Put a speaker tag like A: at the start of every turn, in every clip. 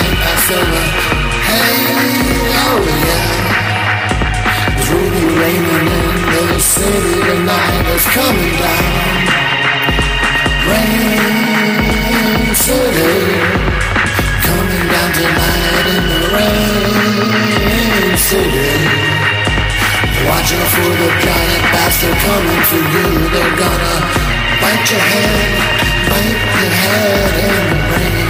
A: summer. Hey, oh yeah. It's really raining in the city tonight. It's coming down. Rain city. Coming down tonight in the rain city. Watch out for the giant bats, they're coming for you. They're gonna bite your head, bite your head in the rain.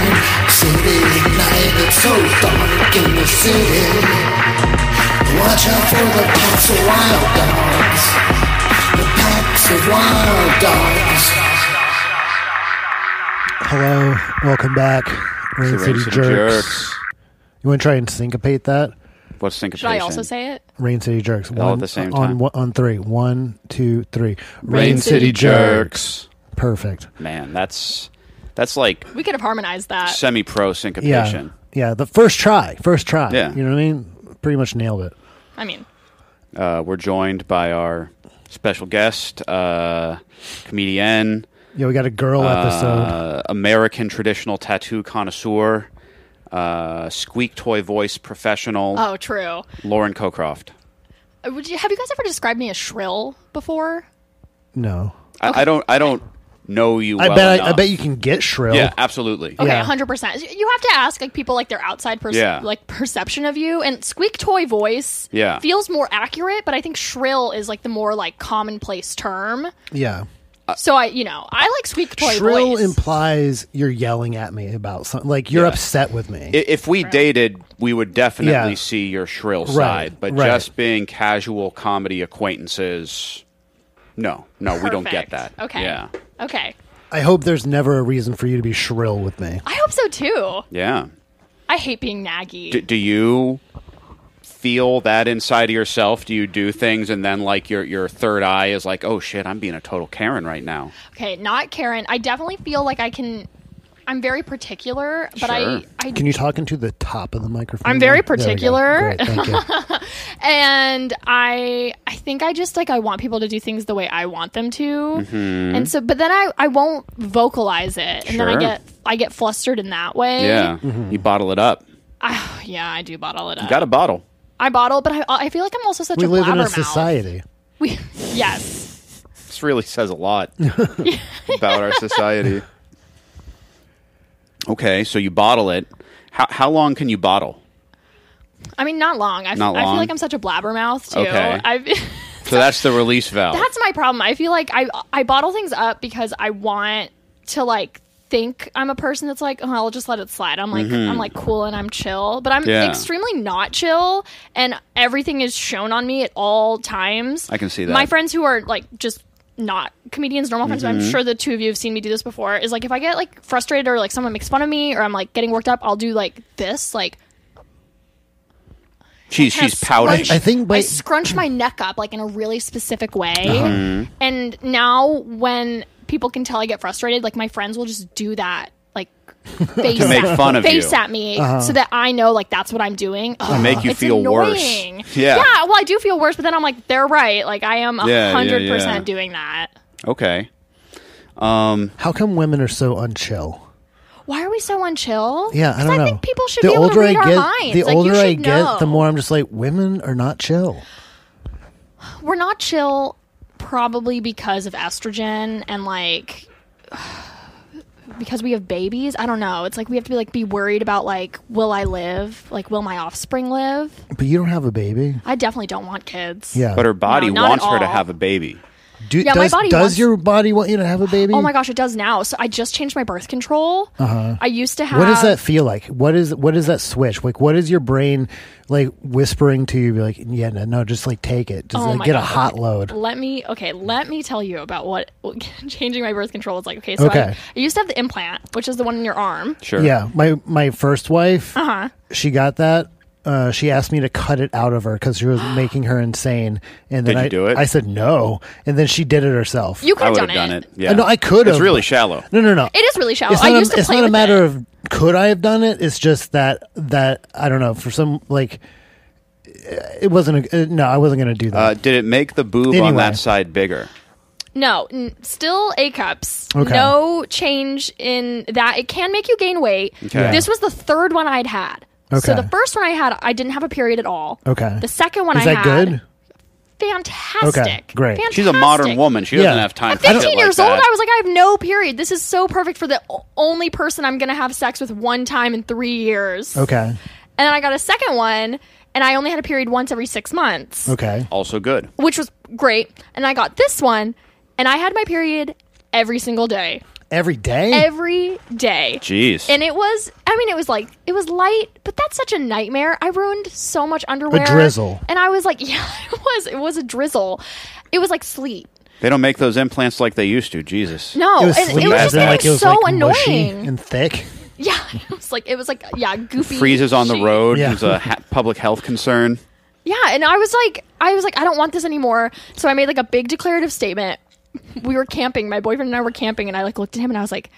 A: City at night, it's so dark in the city. Watch out for the packs of wild dogs. The packs of wild dogs.
B: Hello, welcome back, Rain
C: The
B: City
C: Rain City
B: Jerks.
C: Jerks.
B: You want to try and syncopate that?
C: What's syncopation?
D: Should I also say it?
B: Rain City Jerks.
C: All at the same
B: on,
C: time.
B: one- on three. One, two, three.
C: Rain City Jerks.
B: Perfect.
C: Man, that's that's like
D: We could have harmonized that.
C: semi-pro
B: Yeah,
C: syncopation.
B: yeah. The first try, first try.
C: Yeah.
B: you know what I mean. Pretty much nailed it.
D: I mean,
C: Uh, we're joined by our special guest, uh, comedian,
B: Yeah, we got a girl episode.
C: uh, American traditional tattoo connoisseur, uh, squeak toy voice professional,
D: oh, true.
C: Lauren Cocroft.
D: Uh, Would you have you guys ever described me as shrill before?
B: No,
C: I, I don't. I don't know you.
B: I
C: well
B: bet. I, I
C: enough.
B: bet you can get shrill.
C: Yeah, absolutely.
D: Okay,
B: Yeah.
D: hundred percent. You have to ask like people like their outside perce-
C: Yeah.
D: like perception of you. And squeak toy voice
C: Yeah.
D: feels more accurate, but I think shrill is like the more like commonplace term.
B: yeah.
C: Uh,
D: So I, you know, I like squeak toy
B: Shrill
D: voice.
B: implies you're yelling at me about something. Like you're
C: Yeah.
B: upset with me.
C: I- If we dated, we would definitely
B: Yeah.
C: see your shrill
B: Right,
C: side. But
B: right.
C: just being casual comedy acquaintances, no, no, we don't get that.
D: Perfect. Okay.
C: Yeah.
D: Okay.
B: I hope there's never a reason for you to be shrill with me.
D: I hope so too.
C: Yeah.
D: I hate being naggy.
C: D- do you feel that inside of yourself? Do you do things and then like your your third eye is like, oh shit, I'm being a total Karen right now.
D: okay, not Karen. I definitely feel like I can. I'm very particular, but
C: Sure.
D: I, I
B: Can you talk into the top of the microphone?
D: I'm very
B: There we go.
D: particular.
B: Great, thank you.
D: and i i think i just like i want people to do things the way i want them to and so but then i i won't vocalize it and then i
C: Mm-hmm. Sure.
D: get i get flustered in that way
C: Yeah.
B: Mm-hmm.
C: You bottle it up.
D: yeah i do bottle it up
C: You got a bottle.
D: i bottle but i i feel like i'm also such
B: we
D: a
B: live in a
D: blabbermouth.
B: society.
D: we, yes
C: This really says a lot about our society. Okay, so you bottle it. How how long can you bottle?
D: i mean not long i, f-
C: Not
D: I feel
C: long?
D: like i'm such a blabbermouth too
C: Okay.
D: i've
C: So that's the release valve.
D: that's my problem. I feel like I I bottle things up because I want to like think I'm a person that's like, oh, I'll just let it slide. I'm like I'm like cool and I'm chill, but I'm
C: Mm-hmm. Yeah.
D: extremely not chill and everything is shown on me at all times.
C: I can see that.
D: My friends who are like just not comedians, normal friends.
C: Mm-hmm.
D: I'm sure the two of you have seen me do this before. Is like if I get like frustrated or like someone makes fun of me or I'm like getting worked up, I'll do like this, like
C: she's
D: kinda
C: she's pouting.
D: scrunch-
B: I think
D: I
B: by
D: scrunch my neck up like in a really specific way.
C: Uh-huh.
D: And now when people can tell I get frustrated, like my friends will just do that, like face
C: make
D: at,
C: fun of
D: face
C: you.
D: at me,
B: Uh-huh.
D: so that I know like that's what I'm doing. Ugh,
C: make you
D: it's
C: feel worse.
D: annoying.
C: Yeah.
D: yeah. Well, I do feel worse, but then I'm like, they're right. Like I am
C: yeah,
D: hundred
C: yeah.
D: percent doing that.
C: okay.
B: how come women are so unchill?
D: Why are we so unchill?
B: Yeah, I
D: 'Cause
B: don't know.
D: think people should be able to read
B: I
D: our
B: get,
D: minds.
B: the
D: Like, you
B: older I
D: should
B: get, the
D: know.
B: more I'm just like, women are not chill.
D: we're not chill probably because of estrogen and like because we have babies i don't know it's like we have to be like be worried about like will i live like will my offspring live
B: But you don't have a baby.
D: i definitely don't want kids
B: Yeah,
C: But her body
D: No, not at
C: wants her to
D: all.
C: have a baby.
B: Do,
D: Yeah, my
B: does,
D: body
B: does
D: wants-
B: your body want you to have a baby?
D: oh my gosh it does now so i just changed my birth control uh-huh. i used to have
B: What does that feel like? What is what is that switch? Like, what is your brain like whispering to you? Be like, yeah, no, no just like take it. Just
D: Oh
B: like
D: my
B: get a
D: God,
B: hot load.
D: let me okay let me tell you about what changing my birth control was like okay so
B: Okay.
D: I, I used to have the implant which is the one in your arm
C: Sure.
B: Yeah, my my first wife,
D: Uh-huh.
B: she got that. Uh, she asked me to cut it out of her because she was making her insane. And then
C: Did you
B: I
C: do it?
B: I said no, and then she did it herself.
D: you could
C: I
D: have
C: would
D: done,
C: have done it. Yeah.
B: Uh, no, I could
C: It's
B: have.
C: really shallow.
B: no, no, no.
D: it is really shallow
B: It's
D: i
B: not,
D: used
B: a,
D: to
B: it's
D: play
B: not a
D: with
B: matter
D: it.
B: of could I have done it. It's just that that I don't know for some like it wasn't. A, uh, no, I wasn't going to do that.
C: Uh, did it make the boob on
B: Anyway.
C: that side bigger?
D: No, n- still A cups.
B: Okay.
D: No change in that. It can make you gain weight.
C: Okay.
D: This was the third one I'd had. So
B: Okay.
D: the first one I had, I didn't have a period at all.
B: Okay.
D: The second one
B: Is
D: I
B: that
D: had,
B: good?
D: fantastic.
B: Okay, great.
D: Fantastic.
C: She's a modern woman. She doesn't
B: Yeah.
C: have time.
D: At
C: for shit
D: 15
C: like
D: years
C: that.
D: old, I was like, I have no period. This is so perfect for the o- only person I'm going to have sex with one time in three years.
B: Okay.
D: And then I got a second one, and I only had a period once every six months,
B: Okay.
C: also good.
D: which was great. And I got this one, and I had my period every single day,
B: Every day?
D: every day.
C: Jeez.
D: And it was, I mean, it was like, it was light, but that's such a nightmare. I ruined so much underwear.
B: drizzle.
D: And I was like, yeah, it was, it was a drizzle. It was like sleet.
C: they don't make those implants like they used to. Jesus.
D: No, and
B: sleep,
D: it was
C: as
D: just
C: in,
D: getting
C: like,
D: so
B: mushy
D: annoying.
B: and thick.
D: yeah, it was like, it was like, yeah, goofy.
C: Freezes on the
D: shit.
C: road.
B: Yeah.
C: It's a ha- public health concern.
D: Yeah, and I was like, I was like, I don't want this anymore. So I made like a big declarative statement. We were camping. My boyfriend and I were camping, and I like looked at him and I was like,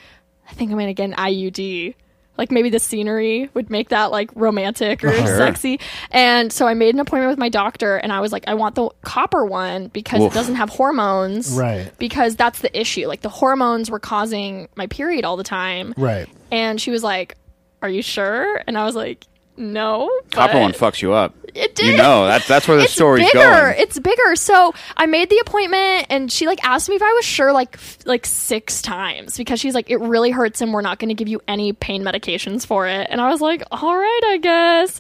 D: I think I'm gonna get an IUD. Like maybe the scenery would make that like romantic or
C: Sure.
D: sexy. And so I made an appointment with my doctor, and I was like, I want the copper one because
C: Oof.
D: it doesn't have hormones.
B: Right.
D: Because that's the issue. Like the hormones were causing my period all the time.
B: Right.
D: And she was like, Are you sure? And I was like, No.
C: Copper
D: but-
C: one fucks you up.
D: It
C: You
D: did.
C: know that's that's where the
D: it's
C: story's
D: bigger.
C: going.
D: It's bigger. So I made the appointment, and she like asked me if I was sure like f- like six times because she's like, it really hurts, and we're not going to give you any pain medications for it. And I was like, all right, I guess.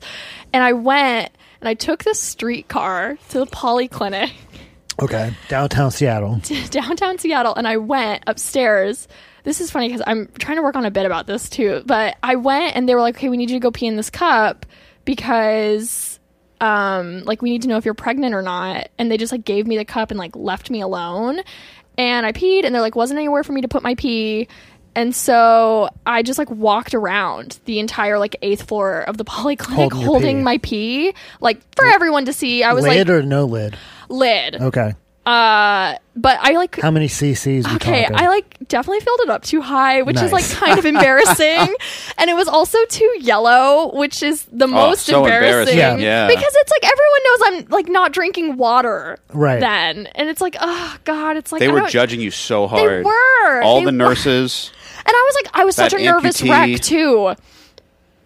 D: And I went and I took the streetcar to the poly clinic
B: Okay. Downtown Seattle.
D: downtown Seattle and I went upstairs. This is funny because I'm trying to work on a bit about this too. But I went and they were like, okay, we need you to go pee in this cup because, um, like, we need to know if you're pregnant or not. And they just like gave me the cup and like left me alone. And I peed and there like wasn't anywhere for me to put my pee. And so I just like walked around the entire like eighth floor of the polyclinic
B: Holding
D: holding,
B: your pee.
D: my pee, like for everyone to see. I was
B: Lid
D: like
B: or no lid?
D: lid, Uh,
B: Okay.
D: but I like
B: How many CCs we
D: Okay,
B: talking?
D: I like definitely filled it up too high, which is like
B: Nice.
D: kind of embarrassing, and it was also too yellow, which is the most
C: Oh, so
D: embarrassing.
C: embarrassing, Yeah. yeah.
D: because it's like everyone knows I'm like not drinking water,
B: Right.
D: Then, and it's like, oh god, it's like
C: they
D: I
C: were
D: don't-
C: judging you so hard.
D: were.
C: All
D: They were.
C: the nurses.
D: and I was like, I was such a
C: That
D: nervous
C: amputee.
D: wreck too.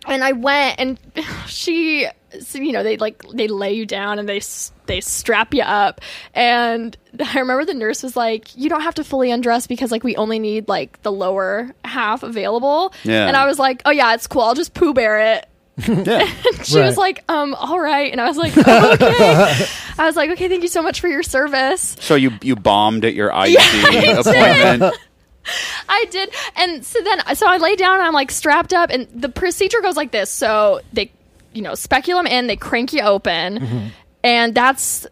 D: And I went, and she, so, you know, they like they lay you down and they s- they strap you up. And I remember the nurse was like, "You don't have to fully undress because like we only need like the lower half available."
C: Yeah.
D: And I was like, "Oh yeah, it's cool. I'll just poo bear it."
C: Yeah.
D: she
B: Right.
D: was like, "Um, all right." And I was like, "Oh, "Okay." I was like, "Okay, thank you so much for your service."
C: So you you bombed at your IUD appointment.
D: I did. And so then, so I lay down and I'm like strapped up, and the procedure goes like this. So they, you know, speculum in, they crank you open, and that's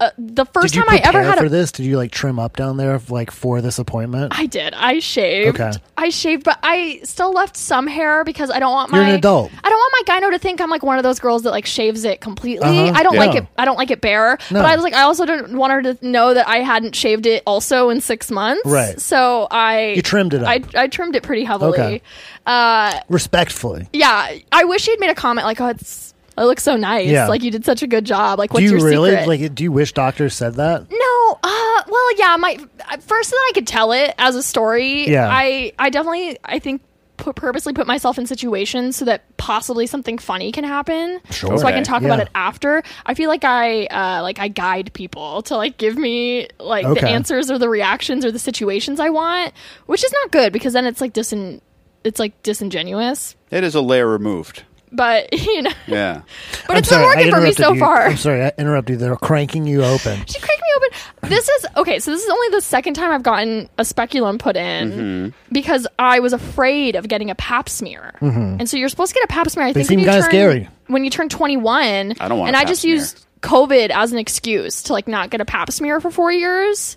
D: uh, the
B: Mm-hmm.
D: first
B: Did you
D: time I
B: prepare
D: ever had
B: for
D: a.
B: this? Did you like trim up down there like for this appointment?
D: I did. I shaved.
B: Okay.
D: I shaved, but I still left some hair because I don't want my
B: You're an adult.
D: I don't want my gyno to think I'm like one of those girls that like shaves it completely.
B: Uh-huh.
D: I don't
B: Yeah.
D: like it. I don't like it bare.
B: No.
D: But I was like, I also didn't want her to know that I hadn't shaved it also in six months.
B: Right.
D: So I
B: You trimmed it up.
D: I, I trimmed it pretty heavily.
B: Okay.
D: Uh,
B: Respectfully.
D: yeah, I wish she'd made a comment like, "Oh, it's it looks so nice.
B: Yeah.
D: Like you did such a good job. Like, what's
B: do you
D: your
B: really
D: secret?"
B: like do you wish doctors said that?
D: no, uh, well, yeah, my uh, first that I could tell it as a story.
B: Yeah.
D: I I definitely I think put, purposely put myself in situations so that possibly something funny can happen.
B: Sure.
D: So I can
C: Okay.
D: talk
B: Yeah.
D: about it after. I feel like I uh, like I guide people to like give me like the
B: Okay.
D: answers or the reactions or the situations I want, which is not good because then it's like disin it's like disingenuous.
C: It is a layer removed.
D: But you know.
C: Yeah.
D: But
B: I'm
D: it's
B: sorry,
D: been
B: I
D: working for me
B: interrupted
D: so
B: you.
D: far.
B: I'm sorry, I interrupted you. They're cranking you open.
D: She cracked me open. This is okay. So this is only the second time I've gotten a speculum put in
C: Mm-hmm.
D: because I was afraid of getting a Pap smear. And so you're supposed to get a Pap smear. I think
B: Mm-hmm. seem
D: when you
B: kinda
D: turn-
B: scary.
D: when you turn 21.
C: I don't want
D: And
C: a
D: I
C: Pap
D: just
C: smear.
D: used COVID as an excuse to like not get a Pap smear for four years.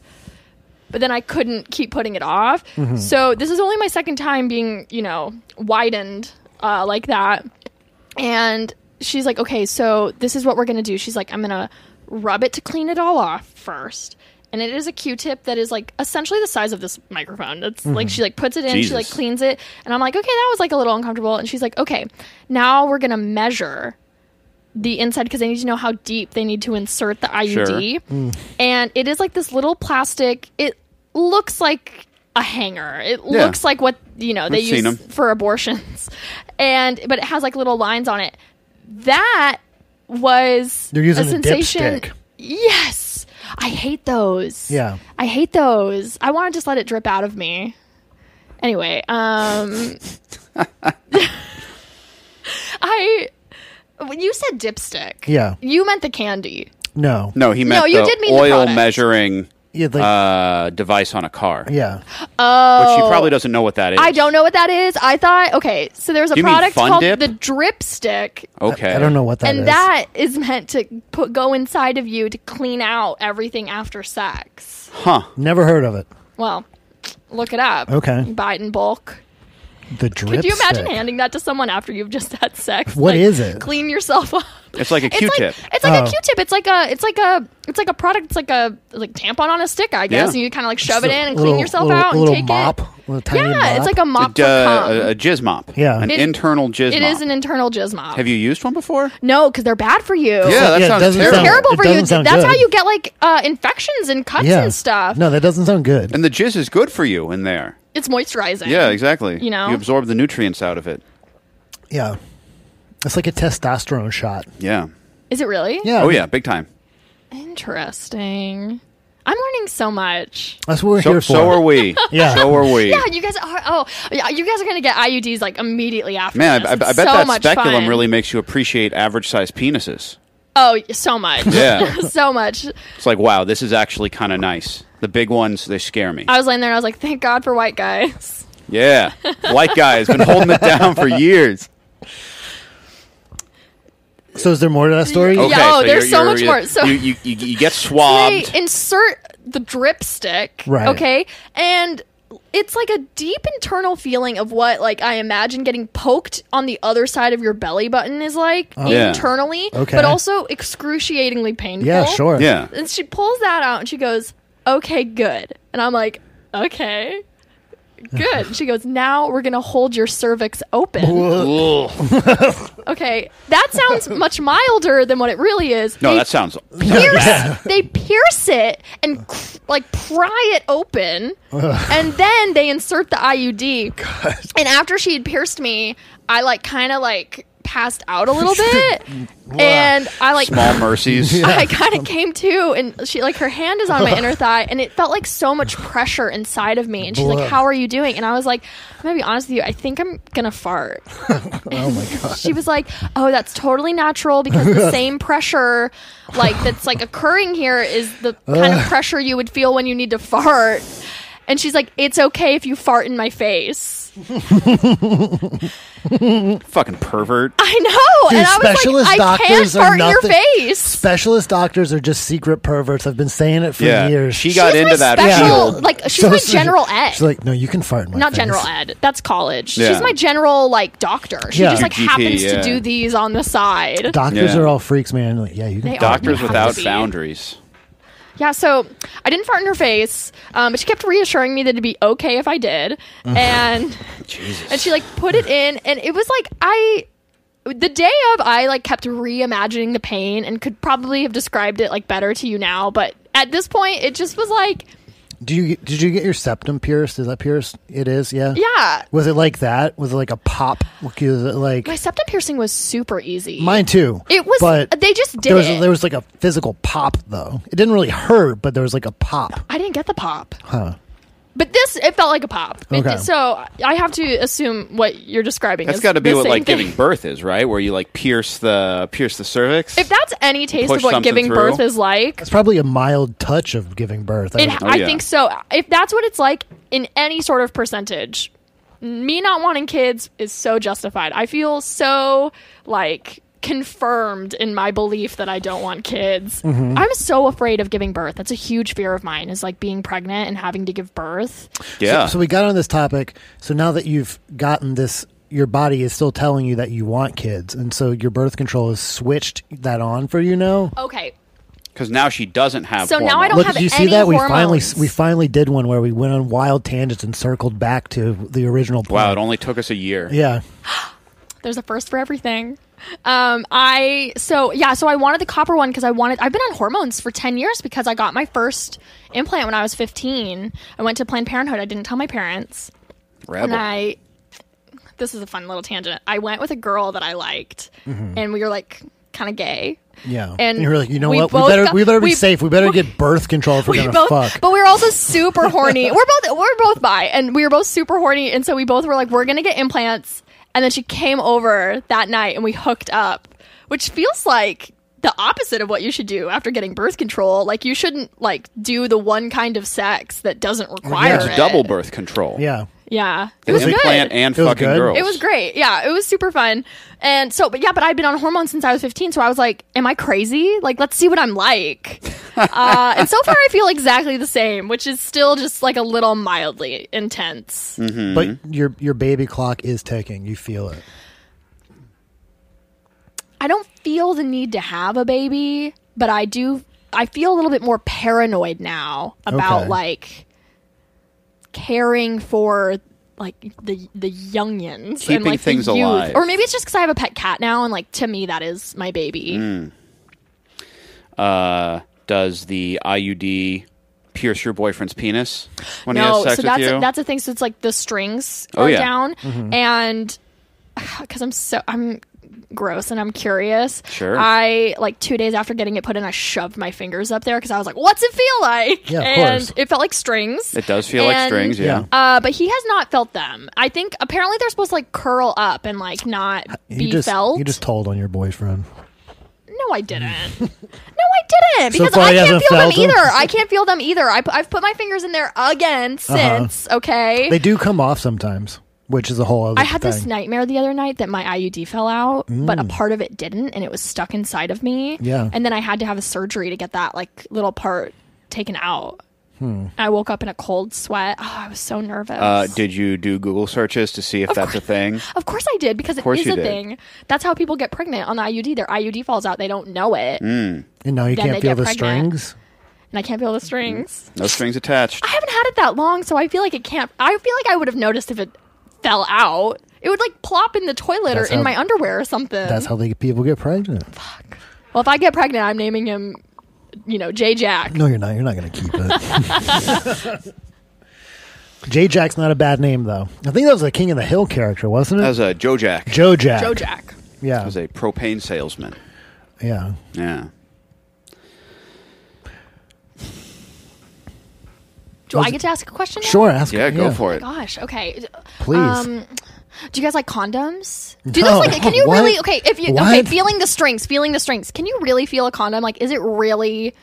D: But then I couldn't keep putting it off.
B: Mm-hmm.
D: So this is only my second time being, you know, widened uh, like that. And she's like, okay, so this is what we're going to do. She's like, I'm going to rub it to clean it all off first. And it is a Q-tip that is like essentially the size of this microphone. It's like she like puts it in,
C: Jesus.
D: she like cleans it, and I'm like, okay, that was like a little uncomfortable. And she's like, okay, now we're gonna measure the inside because they need to know how deep they need to insert the IUD. And it is like this little plastic. It looks like a hanger. It
C: Yeah.
D: looks like what you know they
C: I've
D: use
C: seen 'em.
D: for abortions, and but it has like little lines on it. That was
B: They're using
D: a
B: a
D: sensation.
B: dipstick.
D: Yes, I hate those.
B: Yeah.
D: I hate those. I want to just let it drip out of me. Anyway, um, I when you said dipstick,
B: Yeah.
D: you meant the candy.
B: No.
C: No, he meant
D: you
C: the
D: did mean the
C: oil
D: product.
C: measuring
B: Yeah. Like,
C: uh, device on a car.
B: yeah.
C: But she probably doesn't know what that is.
D: Oh. I don't know what that is. I thought okay, so there's a
C: You mean
D: product
C: Fun
D: called
C: Dip?
D: the drip stick,
C: Okay.
B: I don't know what that is.
D: and that is meant to put go inside of you to clean out everything after sex.
C: Huh.
B: Never heard of it.
D: Well, look it up.
B: Okay.
D: You buy it in bulk.
B: The drip.
D: Could you imagine
B: stick.
D: handing that to someone after you've just had sex?
B: What
D: What is
B: is it?
D: Clean yourself up.
C: It's like a
D: It's like
C: Q-tip.
D: it's like
B: Oh.
D: a Q-tip. It's like a it's like a it's like a product. It's like a like tampon on a stick, I guess.
C: Yeah.
D: And you kind of like shove
B: Just
D: it
B: a
D: in and
B: little-
D: clean yourself
B: little-
D: out and
B: little
D: take
B: mop,
D: it.
B: little tiny
D: yeah,
B: mop.
D: it's like a mop
C: D-
D: for cum.
C: Uh, a, a jizz mop.
B: Yeah.
C: An
D: It-
C: internal jizz
D: it
C: mop.
D: is an internal jizz mop.
C: Have you used one before?
D: no, because they're bad for you.
C: Yeah, that
B: Yeah, it
C: sounds
B: doesn't
C: terrible.
B: sound-
D: terrible
B: It
D: for you.
B: doesn't
D: That's
B: sound
D: how
B: good.
D: you get like uh, infections and cuts
B: Yeah.
D: and stuff.
B: No, that doesn't sound good.
C: And the jizz is good for you in there.
D: It's moisturizing.
C: Yeah, exactly.
D: You know?
C: you absorb the nutrients out of it.
B: Yeah. It's like a testosterone shot.
C: Yeah.
D: Is it really?
B: Yeah.
C: Oh yeah, big time.
D: Interesting. I'm learning so much.
B: That's what we're
C: So,
B: here for.
C: so are we.
B: Yeah.
C: So are we.
D: Yeah, you guys are. Oh, yeah, you guys are gonna get IUDs like immediately after.
C: Man,
D: this.
C: I, I, I
D: It's
C: bet
D: so
C: that
D: much
C: speculum
D: fun.
C: really makes you appreciate average-sized penises.
D: Oh, so much.
C: Yeah.
D: so much.
C: It's like, wow, this is actually kind of nice. The big ones, they scare me.
D: I was laying there and I was like, thank God for white guys.
C: Yeah, white guy has been holding it down for years.
B: So is there more to that story?
D: Yeah. oh, there's so much more. So-
C: you, you, you, you get
D: They
C: swabbed.
D: insert the drip stick.
B: Um, Right.
D: Okay. And it's like a deep internal feeling of what like I imagine getting poked on the other side of your belly button is like
C: Yeah.
D: internally,
B: Oh. Okay.
D: but also excruciatingly painful.
B: Yeah, sure.
C: yeah,
D: And she pulls that out and she goes, "Okay, good." And I'm like, "Okay." Good. She goes, "Now we're going to hold your cervix open." Okay. That sounds much milder than what it really is.
C: no,
D: They
C: that sounds
D: pierce, they pierce it and cr- like pry it open, and then they insert the IUD. And after she had pierced me, I like kind of like passed out a little bit, and I like
C: small mercies.
D: I kind of came to, and she like her hand is on my inner thigh, and it felt like so much pressure inside of me. And she's like,
B: Blech.
D: "How are you doing?" And I was like, "I'm gonna be honest with you. I think I'm gonna fart."
B: Oh my god.
D: She was like, "Oh, that's totally natural because the same pressure, like that's like occurring here, is the kind of pressure you would feel when you need to fart." And she's like, "It's okay if you fart in my face."
C: Fucking pervert.
D: I know,
B: Dude,
D: and I was
B: specialist
D: like, "I can't
B: doctors are
D: fart in your
B: nothing-
D: face."
B: Specialist doctors are just secret perverts. I've been saying it for
C: Yeah,
B: years.
C: she
D: She's
C: got
D: my
C: into that
D: special-
C: field.
D: like, she's my general ed.
B: She's like, no, you can fart in my
D: not
B: face."
D: general ed. That's college.
C: Yeah.
D: She's my general like doctor. She
B: Yeah.
D: just like
C: GP,
D: happens
C: yeah.
D: to do these on the side.
B: Doctors
C: Yeah.
B: are all freaks, man. Like, yeah, you can.
D: They
B: fart in
C: Doctors
B: my
D: have
C: without
D: to be.
C: boundaries.
D: yeah, so I didn't fart in her face, um, but she kept reassuring me that it'd be okay if I did, and and she like put it in, and it was like I. The day of, I like kept reimagining the pain and could probably have described it like better to you now, but at this point, it just was like,
B: face. Do you did you get your septum pierced? Is that pierced? It is. Yeah.
D: yeah,
B: Was it like that? Was it like a pop? Was it like
D: my septum piercing was super easy.
B: mine too?
D: it was,
B: But
D: they just did
B: there was
D: it.
B: there was like a physical pop though. It didn't really hurt, but there was like a pop.
D: I didn't get the pop.
B: Huh.
D: But this, it felt like a pop. It-
B: Okay.
D: so I have to assume what you're describing.
C: That's
D: is
C: got to be
D: the
C: what
D: same
C: like
D: thing.
C: giving birth is, right? Where you like pierce the pierce the cervix.
D: If that's any taste
C: push
D: of what
C: something
D: giving
C: through.
D: birth is like,
B: It's probably a mild touch of giving birth. I
D: it,
B: would-
D: I
C: Oh, yeah.
D: think so. If that's what it's like in any sort of percentage, me not wanting kids is so justified. I feel so like confirmed in my belief that I don't want kids.
B: Mm-hmm.
D: I'm so afraid of giving birth. That's a huge fear of mine is like being pregnant and having to give birth.
C: yeah.
B: So, so we got on this topic. So now that you've gotten this, your body is still telling you that you want kids, and so your birth control has switched that on for you now.
D: Okay.
C: Because now she doesn't have.
D: So now I
C: hormones.
D: don't
B: Look,
D: have
B: did you see
D: any
B: that? We finally
D: hormones.
B: we finally did one where we went on wild tangents and circled back to the original. Point.
C: Wow, it only took us a year.
B: yeah,
D: There's a first for everything. Um, I so yeah, so I wanted the copper one because I wanted. I've been on hormones for ten years because I got my first implant when I was 15. I went to Planned Parenthood. I didn't tell my parents,
C: Rebel.
D: and I. This is a fun little tangent. I went with a girl that I liked, and we were like kind of gay.
B: Yeah, and,
D: And
B: you're like, you know
D: we
B: what? We
D: both
B: better
D: got-
B: we better be
D: we-
B: safe. We better get birth control if we're
D: we
B: gonna
D: both,
B: fuck.
D: but we were also super horny. we're both we're both bi, and we were both super horny, and so we both were like, we're gonna get implants. And then she came over that night, and we hooked up, which feels like the opposite of what you should do after getting birth control. Like you shouldn't like do the one kind of sex that doesn't require
B: yeah.
D: it.
C: It's double birth control.
B: yeah,
D: Yeah, it
C: It
D: was
C: was implant
D: good.
C: and
B: It was
C: fucking
B: good?
C: girls.
D: It was great. Yeah, it was super fun. And so, but yeah, but I'd been on hormones since I was 15. So I was like, am I crazy? Like, let's see what I'm like. uh, and so far, I feel exactly the same, which is still just like a little mildly intense.
C: Mm.
B: but
C: Mm-hmm.
B: your your baby clock is ticking. You feel it.
D: I don't feel the need to have a baby, but I do. I feel a little bit more paranoid now about
B: Okay.
D: like caring for like the the youngins
C: Keeping
D: and like the
C: things
D: youth.
C: alive.
D: Or maybe it's just because I have a pet cat now, and like to me that is my baby.
C: Mm. Uh, does the IUD pierce your boyfriend's penis when he has
D: no,
C: sex
D: so
C: with
D: that's
C: you?
D: a, that's the thing. So it's like the strings
C: Oh,
D: are
C: yeah.
D: down, and because I'm so I'm gross and I'm curious.
C: Sure.
D: I like two days after getting it put in, I shoved my fingers up there because I was like, "What's it feel like?"
B: Yeah, of
D: and
B: course.
D: it felt like strings.
C: it does feel like
D: And-
C: strings, yeah.
B: Yeah.
D: Uh, but he has not felt them. I think apparently they're supposed to like curl up and like not
B: Uh, You
D: be
B: just
D: felt.
B: you just told on your boyfriend.
D: No, I didn't. no, I didn't
B: So
D: because
B: far
D: I
B: he
D: can't
B: hasn't
D: feel them
B: felt 'em?
D: either. I can't feel them either. I, have put my fingers in there again since. Okay.
B: Uh-huh. They do come off sometimes, which is a whole other.
D: I had
B: thing. Mm.
D: this nightmare the other night that my IUD fell out, but a part of it didn't, and it was stuck inside of me.
B: Yeah.
D: And then I had to have a surgery to get that like little part taken out.
B: Hmm.
D: I woke up in a cold sweat. Oh, I was so nervous.
C: Uh, did you do Google searches to see if that's a thing?
D: of course I did because it
C: course
D: is
C: you
D: a
C: did.
D: thing. That's how people get pregnant on the IUD. Their IUD falls out, they don't know it,
C: Mm.
B: and now you
D: Then
B: can't
D: they
B: feel
D: get
B: the
D: pregnant.
B: strings.
D: and I can't feel the strings.
B: Mm.
C: No strings attached.
D: I haven't had it that long, so I feel like it can't. I feel like I would have noticed if it fell out. It would like plop in the toilet
B: That's
D: or in
B: how-
D: my underwear or something.
B: That's how they people get pregnant.
D: Well, if I get pregnant, I'm naming him, you know, J Jack.
B: No, you're not. You're not going to keep it. J Jack's not a bad name though. I think that was a King of the Hill character, wasn't it?
C: That was a Joe Jack. That
B: Joe Jack.
D: Joe Jack.
B: Yeah.
C: was a propane salesman.
B: yeah.
C: Yeah.
D: Do I get to ask a question? now?
B: Sure. Ask.
C: Yeah, go for it.
D: Gosh. Okay.
B: Please.
D: Um, Do you guys like condoms? Do
B: No.
D: those like? Can you
B: What?
D: really? Okay. If you okay,
B: What?
D: feeling the strings, feeling the strings. Can you really feel a condom? Like, is it really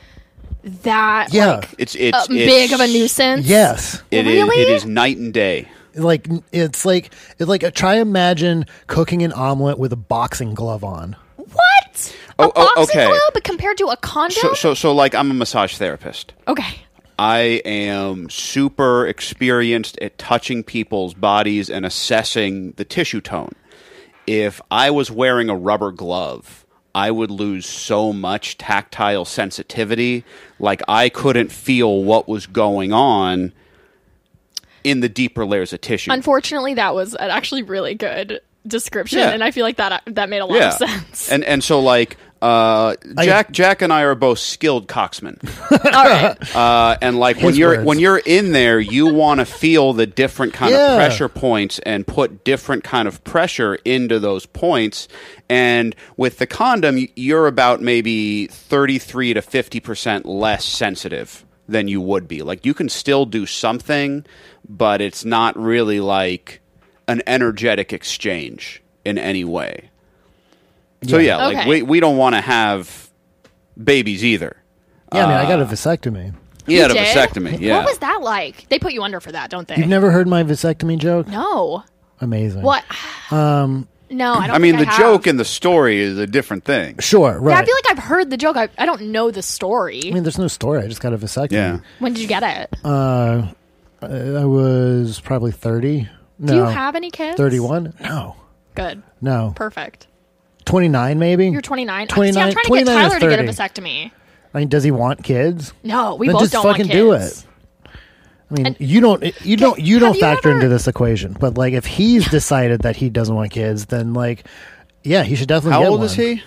D: that
B: yeah.
D: like
C: It's it's,
D: uh,
C: it's
D: big of a nuisance?
B: yes.
C: It is-
D: Really?
C: it is night and day.
B: like it's like it's like a, try imagine cooking an omelet with a boxing glove on.
D: What?
C: Oh,
D: a
C: oh,
D: boxing
C: okay.
D: glove compared to a condom?
C: So so so like I'm a massage therapist.
D: okay.
C: I am super experienced at touching people's bodies and assessing the tissue tone. If I was wearing a rubber glove, I would lose so much tactile sensitivity. Like I couldn't feel what was going on in the deeper layers of tissue.
D: Unfortunately, that was an actually really good description,
C: Yeah.
D: and I feel like that that made a lot of sense.
C: And and so like uh, Jack Jack and I are both skilled cocksmen.
D: All right.
C: Uh, and like when
B: His
C: you're
B: words.
C: when you're in there, you want to feel the different kind
B: Yeah.
C: of pressure points and put different kind of pressure into those points. And with the condom, y- you're about maybe 33 to 50 percent less sensitive than you would be. Like you can still do something, but it's not really like an energetic exchange in any way. So yeah, like
D: Okay.
C: we we don't want to have babies either.
B: Yeah, I mean, I
D: Uh,
B: got a vasectomy.
C: He had a
D: did?
C: vasectomy. Yeah.
D: What was that like? They put you under for that, don't they?
B: You've never heard my vasectomy joke?
D: no.
B: Amazing.
D: eh. What? Um. No, I don't.
C: I mean, the
D: think I have.
C: joke and the story is a different thing.
B: Sure. Right.
D: Yeah, I feel like I've heard the joke. I, I don't know the story.
B: I mean, there's no story. I just got a vasectomy.
C: Yeah.
D: when did you get it?
B: I was probably 30. No.
D: Do you have any kids?
B: 31? No.
D: Good.
B: No.
D: Perfect.
B: 29 maybe?
D: You're 29. See,
B: 29
D: I'm trying to get
B: 29 or
D: Tyler to get a
B: 30.
D: vasectomy.
B: I mean, does he want kids?
D: No, we
B: Then
D: both
B: just
D: don't
B: fucking
D: want
B: do it.
D: kids.
B: I mean, you don't you don't you
D: have
B: don't
D: you
B: factor
D: ever-
B: into this equation, but like if he's decided that he doesn't want kids, then like yeah, he should definitely.
C: How
B: get
C: old
B: one.
C: is he?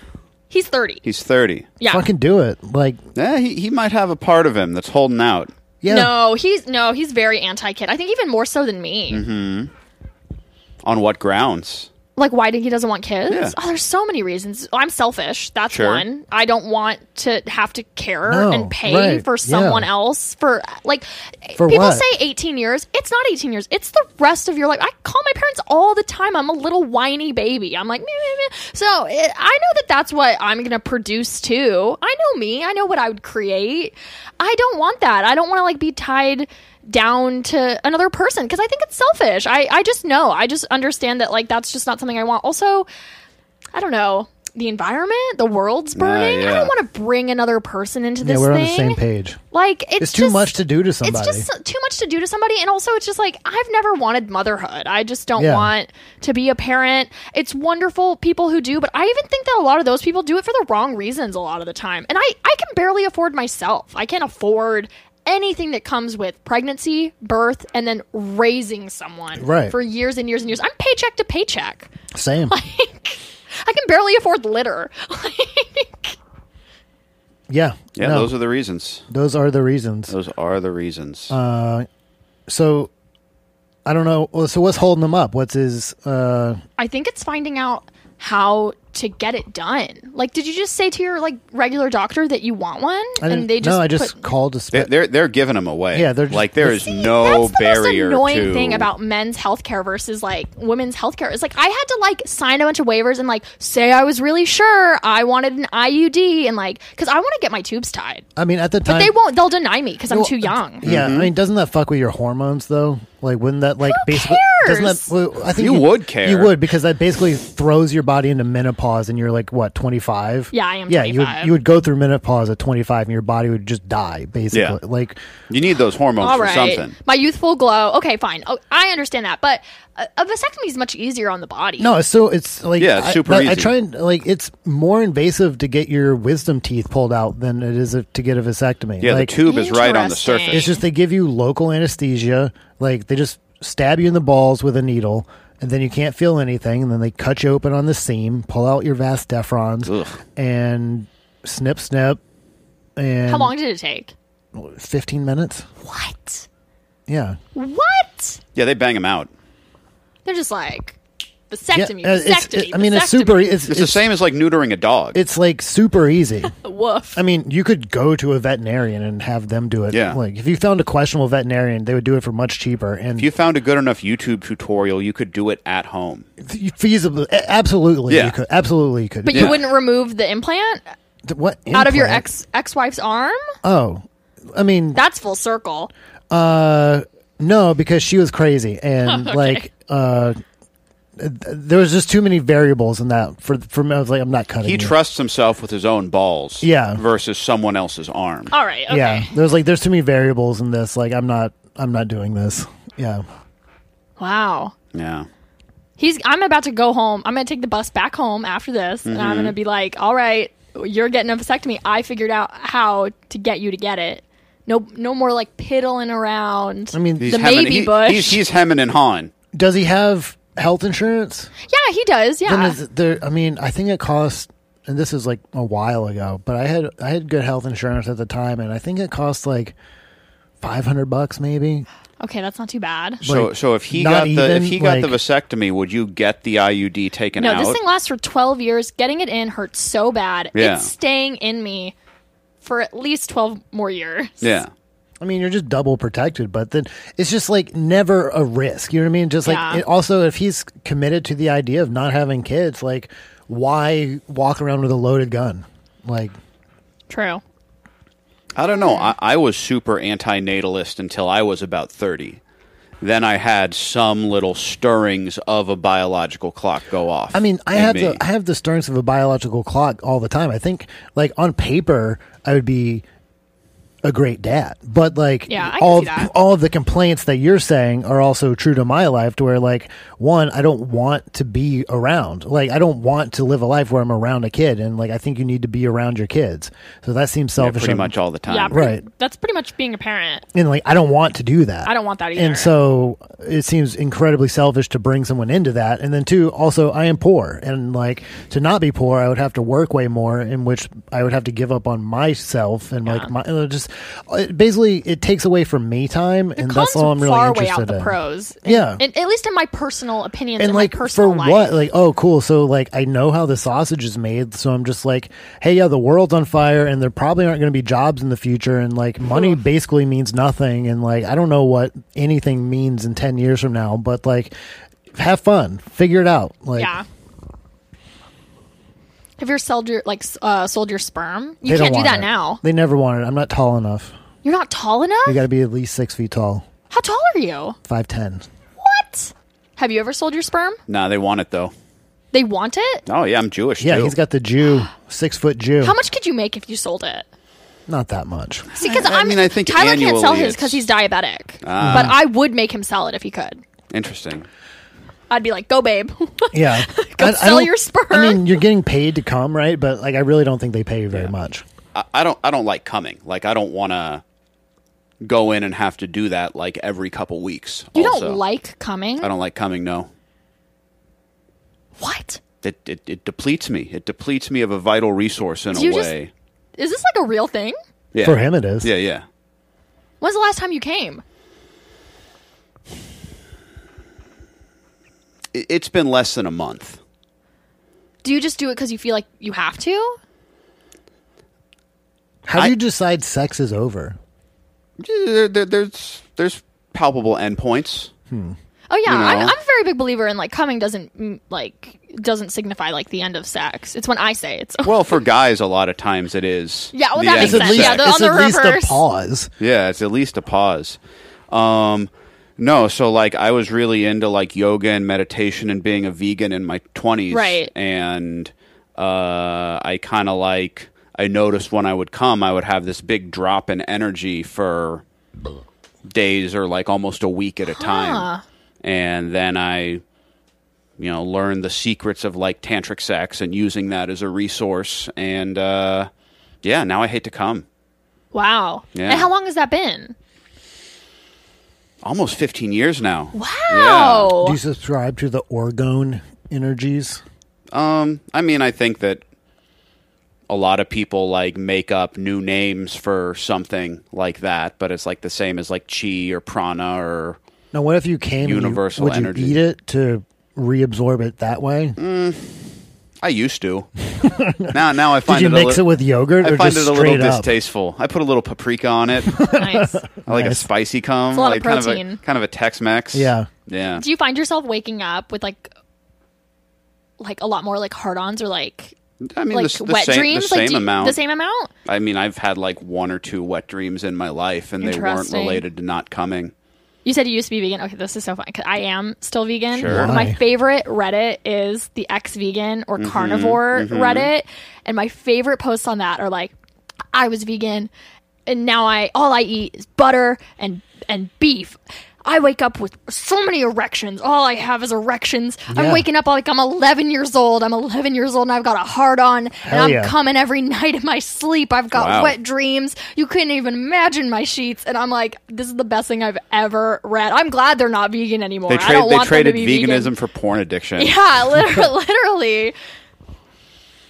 D: He's 30.
C: He's 30.
D: yeah.
B: Fucking do it. Like
C: Yeah, he, he might have a part of him that's holding out.
B: yeah,
D: No, he's no, he's very anti-kid. I think even more so than me.
C: Mm-hmm. On what grounds?
D: Like, why did he doesn't want kids?
C: Yeah.
D: Oh, there's so many reasons. I'm selfish. That's
C: Sure.
D: one. I don't want to have to care
B: No,
D: and pay
B: right,
D: for someone
B: yeah.
D: else for like.
B: For
D: people
B: what?
D: say 18 years. It's not 18 years. It's the rest of your life. I call my parents all the time. I'm a little whiny baby. I'm like, meh, meh, meh. so it, I know that that's what I'm gonna produce too. I know me. I know what I would create. I don't want that. I don't want to like be tied down to another person because I think it's selfish. I I just know. I just understand that like that's just not something I want. Also, I don't know. The environment, the world's burning. I
C: yeah.
D: don't want to bring another person into
B: yeah,
D: this
B: we're on
D: thing.
B: the same page.
D: Like it's,
B: It's too
D: just-
B: much to do to somebody.
D: It's just too much to do to somebody, and also it's just like I've never wanted motherhood. I just don't
B: Yeah.
D: want to be a parent. It's wonderful people who do, but I even think that a lot of those people do it for the wrong reasons a lot of the time. And I I can barely afford myself. I can't afford anything that comes with pregnancy, birth, and then raising someone
B: Right.
D: for years and years and years. I'm paycheck to paycheck.
B: Same.
D: I can barely afford litter.
B: yeah.
C: Yeah,
B: no,
C: those are the reasons.
B: those are the reasons.
C: Those are the reasons.
B: Uh, So I don't know. Well, so what's holding him up? What's his? uh
D: I think it's finding out how to get it done. Like, did you just say to your like regular doctor that you want one,
B: I didn't,
D: and they just
B: no. I just
D: put-
B: called to.
C: they're,
B: Spe-
C: they're they're giving them away.
B: Yeah, they're just-
C: like there is
B: See,
C: no
D: that's the
C: barrier.
D: most annoying
C: to-
D: thing about men's healthcare versus like women's healthcare is like I had to like sign a bunch of waivers and like say I was really sure I wanted an IUD and like because I want to get my tubes tied.
B: I mean, at the time
D: They won't. They'll deny me because I'm
B: Well,
D: too young.
B: Yeah,
C: Mm-hmm.
B: I mean, doesn't that fuck with your hormones though? Like, wouldn't that like basically?
D: cares?
B: Doesn't that? Well, I think
C: You would care.
B: You would because that basically throws your body into menopause, and you're like what twenty five?
D: Yeah, I am
B: Yeah, you would,
D: 25.
B: you would go through menopause at twenty five, and your body would just die basically.
C: Yeah.
B: Like,
C: you need those hormones
D: All
C: for
D: right,
C: something.
D: my youthful glow. Okay, fine. Oh, I understand that, but uh, a, a vasectomy is much easier on the body.
B: no, it's so it's like
C: Yeah, it's super
B: I, I
C: easy.
B: try and like it's more invasive to get your wisdom teeth pulled out than it is to get a vasectomy.
C: Yeah,
B: like,
C: the tube is right on the
D: Interesting.
C: surface.
B: It's just they give you local anesthesia. Like they just stab you in the balls with a needle, and then you can't feel anything. And then they cut you open on the seam, pull out your vas deferens,
C: Ugh.
B: and snip, snip. And
D: How long did it take?
B: Fifteen minutes.
D: What?
B: Yeah.
D: What?
C: yeah, they bang them out.
D: They're just like
B: Yeah,
D: vasectomy,
B: uh, it's,
D: vasectomy.
B: it- I mean, it's
D: vasectomy.
B: super. e, It's,
C: It's, the same as like neutering a dog.
B: It's like super easy.
D: Woof.
B: I mean, you could go to a veterinarian and have them do it.
C: Yeah.
B: Like if you found a questionable veterinarian, they would do it for much cheaper. And
C: if you found a good enough YouTube tutorial, you could do it at home.
B: feasible, a- absolutely.
C: Yeah.
B: You could, absolutely, you could.
D: But you
C: Yeah.
D: wouldn't remove the implant
B: what
D: out of your
B: implant?
D: ex ex wife's arm?
B: Oh, I mean,
D: That's full circle.
B: uh, no, because she was crazy and like, uh, th- there was just too many variables in that for for me. I was like, I'm not cutting.
C: He
B: you.
C: trusts himself with his own balls.
B: Yeah.
C: Versus someone else's arm.
D: All right. Okay.
B: Yeah, there's like there's too many variables in this. Like, I'm not I'm not doing this. Yeah,
D: Wow.
C: Yeah.
D: He's. I'm about to go home. I'm gonna take the bus back home after this, and
B: Mm-hmm.
D: I'm gonna be like, "All right, you're getting a vasectomy. I figured out how to get you to get it. No, no more like piddling around.
B: I mean,
C: He's
D: The
C: hemming-
D: maybe
C: he-
D: bush.
C: He's, he's hemming and hawing.
B: does he have health insurance?
D: yeah, he does.
B: Then
D: Yeah.
B: is it there, I mean, I think it cost. And this is like a while ago, but I had I had good health insurance at the time, and I think it cost like five hundred bucks, maybe.
D: Okay, that's not too bad.
C: So,
B: Like,
C: so if he got
B: not
C: the
B: even,
C: if he got the
B: like-
C: vasectomy, would you get the IUD taken
D: No,
C: out?
D: this thing lasts for 12 years. Getting it in hurts so bad.
C: Yeah.
D: It's staying in me for at least 12 more years.
C: yeah.
B: I mean, you're just double protected, but then it's just like never a risk. You know what I mean? Just like
D: Yeah.
B: it, also, if he's committed to the idea of not having kids, like why walk around with a loaded gun? Like,
D: True.
C: I don't know. I, I was super antinatalist until I was about 30. Then I had some little stirrings of a biological clock go off.
B: I mean, I
C: in
B: have
C: me.
B: the I have the stirrings of a biological clock all the time. I think, like on paper, I would be a great dad. But like
D: Yeah, I can
B: all
D: see that.
B: all of the complaints that you're saying are also true to my life to where like one, I don't want to be around. Like I don't want to live a life where I'm around a kid and like I think you need to be around your kids. So that seems selfish.
C: pretty
B: on-
C: much all the time.
D: Yeah, pretty-
B: Right.
D: That's pretty much being a parent.
B: and like I don't want to do that.
D: I don't want that either.
B: And so it seems incredibly selfish to bring someone into that. And then two, also I am poor, and like to not be poor, I would have to work way more, in which I would have to give up on myself and like my uh, just it, basically it takes away from me time, and
D: Cons
B: that's all I'm really
D: far way
B: interested
D: out the
B: in.
D: pros.
B: Yeah.
D: And, at least in my personal opinions
B: And
D: in my
B: like for
D: personal life.
B: what? Like oh cool. So like I know how the sausage is made. So I'm just like, hey yeah, the world's on fire, and there probably aren't going to be jobs in the future, and like money basically means nothing, and like I don't know what anything means in ten years from now, but like have fun, figure it out. Like
D: yeah. Have you ever sold your like s- uh, sold your sperm?
B: they
D: You
B: don't
D: can't do
B: want
D: that
B: it.
D: now.
B: They never want it. I'm not tall enough.
D: You're not tall enough.
B: You got to be at least six feet tall,
D: How tall are you?
B: five ten.
D: What? Have you ever sold your sperm?
C: Nah, they want it though.
D: They want it.
C: Oh yeah, I'm Jewish
B: Yeah,
C: too.
B: he's got the Jew, six foot Jew.
D: How much could you make if you sold it?
B: Not that much.
D: See, because
C: I- I
D: I'm
C: mean, I think
D: Tyler can't sell
C: annually
D: his
C: it's- Ah.
D: because he's diabetic. but I would make him sell it if he could.
C: Interesting.
D: I'd be like, "Go, babe."
B: Yeah,
D: Go sell
B: don't-
D: your sperm.
B: I mean, you're getting paid to come, right? But like, I really don't think they pay you very much.
C: I, I don't. I don't like coming. Like I don't want to go in and have to do that like every couple weeks.
D: you
C: also.
D: don't like coming.
C: I don't like coming. No.
D: What?
C: It, it, it depletes me. It depletes me of a vital resource in
D: Do
C: a
D: you just-
C: way.
D: Is this like a real thing?
C: Yeah.
B: For him, it is.
C: Yeah, yeah.
D: When's the last time you came?
C: It, it's been less than a month.
D: Do you just do it because you feel like you have to? Oh,
B: How
C: I-
B: do you decide sex is over?
C: Yeah, There, there, there's there's palpable endpoints.
D: Oh yeah,
C: You know.
D: I'm, I'm a very big believer in like coming doesn't mm, like doesn't signify like the end of sex. It's when I say it's.
C: Well, for guys, a lot of times it is.
D: Yeah, well,
C: the
D: that
C: end
D: makes
C: of
D: sense.
C: sex.
D: Yeah, the-
B: it's
D: on
B: at least
D: reverse.
B: a pause.
C: Yeah, it's at least a pause. Um, no, so like I was really into like yoga and meditation and being a vegan in my twenties,
D: Right.
C: And uh, I kind of like I noticed when I would come, I would have this big drop in energy for days or like almost a week at a time, and then I. You know, learned the secrets of like tantric sex and using that as a resource. And uh, yeah, now I hate to come.
D: wow.
C: Yeah.
D: And how long has that been?
C: almost 15 years now.
D: Wow.
B: Do you subscribe to the orgone energies?
C: Um, I mean, I think that a lot of people like make up new names for something like that, but it's like the same as like chi or prana or
B: Now, what if you came?
C: Universal
B: and you, would
C: energy. Mm.
B: you eat it to reabsorb it that way?
C: I used to. now, now I find
B: Did you
C: it a
B: mix
C: li-
B: it with yogurt
C: I
B: or
C: find
B: just
C: it a
B: straight
C: little
B: up?
C: distasteful. I put a little paprika on it.
D: nice.
C: I like a
B: Nice.
C: spicy cum.
D: It's a lot
C: like
D: of
C: kind
D: protein.
C: of a kind of a Tex-Mex.
B: Yeah.
C: yeah.
D: Do you find yourself waking up with like like a lot more like hard-ons or like
C: I mean,
D: like
C: the, s- the
D: wet
C: same,
D: dreams?
C: the same
D: like do you-
C: amount.
D: The same amount.
C: I mean, I've had like one or two wet dreams in my life, and they weren't
D: Interesting.
C: related to not coming.
D: You said you used to be vegan. Okay, this is so fun. 'cause I am still vegan.
C: Sure.
B: Why?
D: My favorite Reddit is the ex-vegan or
C: Mm-hmm,
D: carnivore Reddit, and my favorite posts on that are like, "I was vegan, and now I all I eat is butter and and beef." I wake up with so many erections. All I have is erections.
B: Yeah.
D: I'm waking up like I'm 11 years old. I'm 11 years old and I've got a hard on and
B: Hell
D: I'm
B: yeah.
D: coming every night in my sleep. I've got
C: Wow.
D: wet dreams. You couldn't even imagine my sheets. And I'm like, this is the best thing I've ever read. I'm glad they're not vegan anymore.
C: They,
D: I
C: trade,
D: don't
C: they
D: want
C: traded
D: them to be
C: veganism
D: vegan.
C: for porn addiction.
D: Yeah, literally. literally.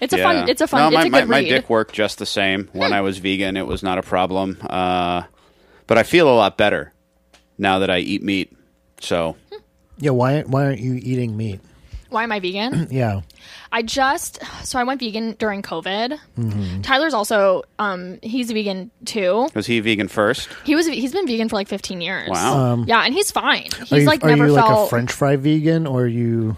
D: It's a
C: Yeah.
D: fun. It's a fun.
C: No, my,
D: it's a
C: my,
D: good
C: my
D: read.
C: dick worked just the same when I was vegan. It was not a problem. Uh, but I feel a lot better now that I eat meat. So
B: Yeah. Why? Why aren't you eating meat?
D: Why am I vegan?
B: Yeah.
D: I just so I went vegan during COVID.
B: Mm-hmm.
D: Tyler's also um he's vegan too.
C: was he vegan first?
D: He was he's been vegan for like 15 years.
C: Wow.
D: yeah, and he's fine. He's
B: Um, are you,
D: like
B: are
D: never
B: you
D: felt
B: like a French fry vegan or are you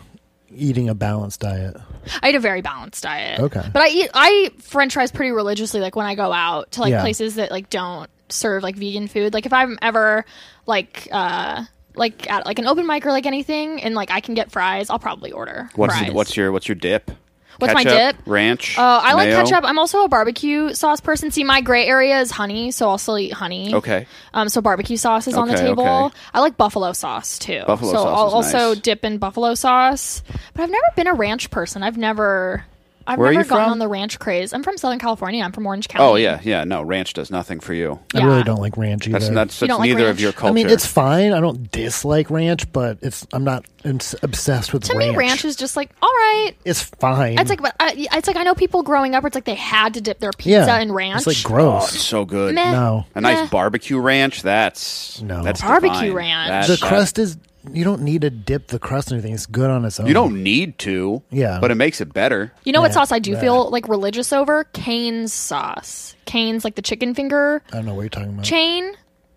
B: eating a balanced diet?
D: I eat a very balanced diet.
B: Okay.
D: But I eat I eat French fries pretty religiously, like when I go out to like
B: Yeah.
D: places that like don't serve like vegan food. Like if I'm ever like uh like at like an open mic or like anything and like I can get fries, I'll probably order.
C: What's
D: fries.
C: what's your what's your dip?
D: What's my
C: ketchup,
D: dip?
C: Ranch.
D: Oh, I like
C: mayo.
D: ketchup. I'm also a barbecue sauce person. See, my gray area is honey, so I'll still eat honey.
C: Okay.
D: Um, so barbecue sauce is on the
C: Okay,
D: table.
C: okay.
D: I like buffalo sauce too.
C: Buffalo
D: so
C: sauce
D: I'll
C: is
D: also
C: nice.
D: dip in buffalo sauce. But I've never been a ranch person. I've never. I've
C: Where are
D: never
C: you
D: gone
C: from?
D: on the ranch craze. I'm from Southern California. I'm from Orange County.
C: Oh yeah, yeah. No, ranch does nothing for you.
B: I really
D: Yeah.
B: don't like ranch either.
C: That's that's,
D: You
C: that's
D: don't like
C: neither of
D: ranch?
C: your culture.
B: I mean, it's fine. I don't dislike ranch, but it's I'm not ins- obsessed with
D: To
B: ranch.
D: me, ranch is just like all right.
B: it's fine.
D: It's like, but I, it's like I know people growing up. It's like they had to dip their pizza in
B: It's
D: ranch.
B: like
C: oh,
B: gross.
C: it's so good.
D: Meh.
B: No.
C: A nice
D: Meh.
C: barbecue ranch. That's
B: No.
C: That's
D: Barbecue
C: divine.
D: ranch.
C: That's-
B: the
C: that-
B: crust is you don't need to dip the crust or anything. It's good on its own.
C: You don't need to.
B: Um, Yeah. Mm-hmm.
C: But it makes it better.
D: You know what
B: Yeah,
D: sauce I do
B: that.
D: feel like religious over? Cane's sauce. Cane's like the chicken finger
B: I don't know what you're talking about.
D: chain.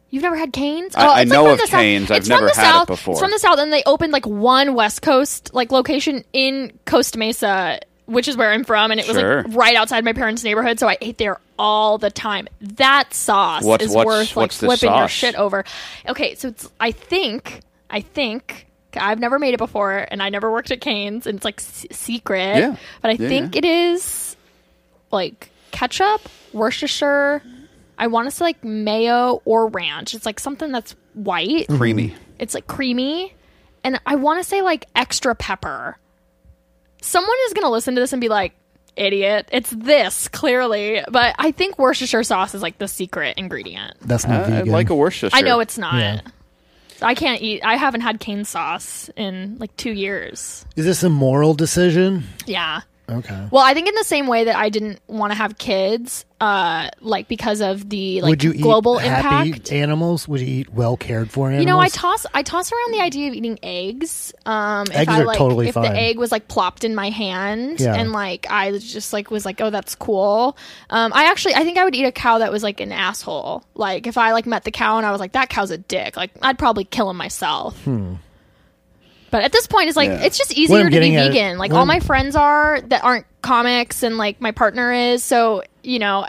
D: You've never had Cane's?
C: I- I
D: it's, like,
C: know
D: from
C: of
D: the South.
C: Cane's. I've
D: It's from
C: never
D: the
C: had it
D: South.
C: before.
D: It's from the South, and they opened like one West Coast like location in Costa Mesa, which is where I'm from, and it was
C: Sure.
D: like right outside my parents' neighborhood. So I ate there all the time. That sauce
C: What's-
D: is
C: what's-
D: worth like
C: what's the
D: flipping your
C: sauce?
D: shit over. Okay, so it's I think I think. I've never made it before, and I never worked at Cane's, and it's like s- secret.
C: Yeah.
D: But I
C: Yeah,
D: think
C: yeah.
D: it is like ketchup, Worcestershire. I want to say like mayo or ranch. It's like something that's white.
C: Creamy.
D: It's like creamy, and I want to say like extra pepper. Someone is gonna listen to this and be like, "Idiot!" It's this clearly, but I think Worcestershire sauce is like the secret ingredient.
B: That's not
C: Uh, I
B: vegan.
C: like a Worcestershire.
D: I know it's not.
B: Yeah.
D: I can't eat. I haven't had cane sauce in like two years.
B: is this a moral decision?
D: Yeah.
B: Okay.
D: Well, I think in the same way that I didn't want to have kids, uh, like because of the like
B: Would you eat
D: global
B: happy
D: impact.
B: animals? Would you eat well cared for animals?
D: You know, I toss I toss around the idea of eating eggs. Um, if
B: Eggs
D: I
B: are
D: like
B: totally
D: if
B: fine.
D: the egg was like plopped in my hand
B: Yeah.
D: and like I was just like was like oh that's cool. Um, I actually I think I would eat a cow that was like an asshole. Like if I like met the cow and I was like that cow's a dick. Like I'd probably kill him myself. But at this point, it's like
C: Yeah.
D: it's just easier to be
B: Hmm. getting at-
D: vegan. Like
B: what
D: all
B: I'm-
D: my friends are that aren't comics, and like my partner is. So you know,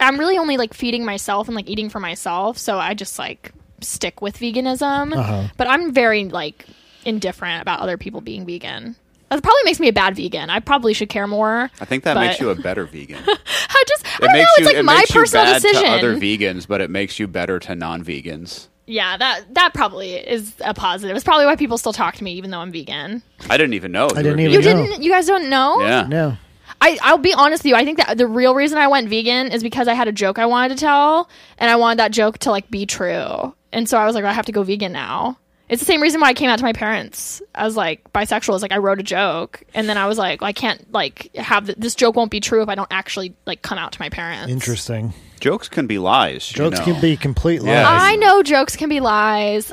D: I'm really only like feeding myself and like eating for myself, so I just like stick with veganism.
B: Uh-huh.
D: But I'm very like indifferent about other people being vegan. That probably makes me a bad vegan. I probably should care more.
C: I think that
D: but-
C: makes you a better vegan.
D: I just I
C: It
D: don't know.
C: makes
D: It's
C: you
D: like
C: it
D: my
C: makes you
D: personal
C: bad
D: decision.
C: to other vegans, but it makes you better to non-vegans.
D: yeah, that that probably is a positive. It's probably why people still talk to me even though I'm vegan.
C: I didn't even know.
B: I didn't even
D: You
B: know.
D: didn't. You guys don't know.
C: Yeah.
B: No.
D: I, I'll be honest with you. I think that the real reason I went vegan is because I had a joke I wanted to tell, and I wanted that joke to like be true. And so I was like, I have to go vegan now. It's the same reason why I came out to my parents. I was like bisexual. It's like I wrote a joke, and then I was like, I can't like have th- this joke won't be true if I don't actually like come out to my parents.
B: Interesting.
C: Jokes can be lies. you
B: Jokes
C: know.
B: can be complete lies.
C: Yeah.
D: I know jokes can be lies,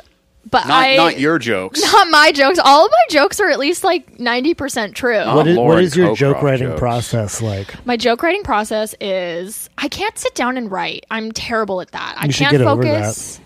D: but
C: not
D: I
C: not your jokes.
D: not my jokes. All of my jokes are at least like ninety percent true.
C: Oh,
B: What is, what
C: Lauren
B: is your joke
C: Cockcroft
B: writing
C: jokes.
B: process like?
D: My joke writing process is I can't sit down and write. I'm terrible at that. I
B: You should
D: can't
B: get over
D: focus.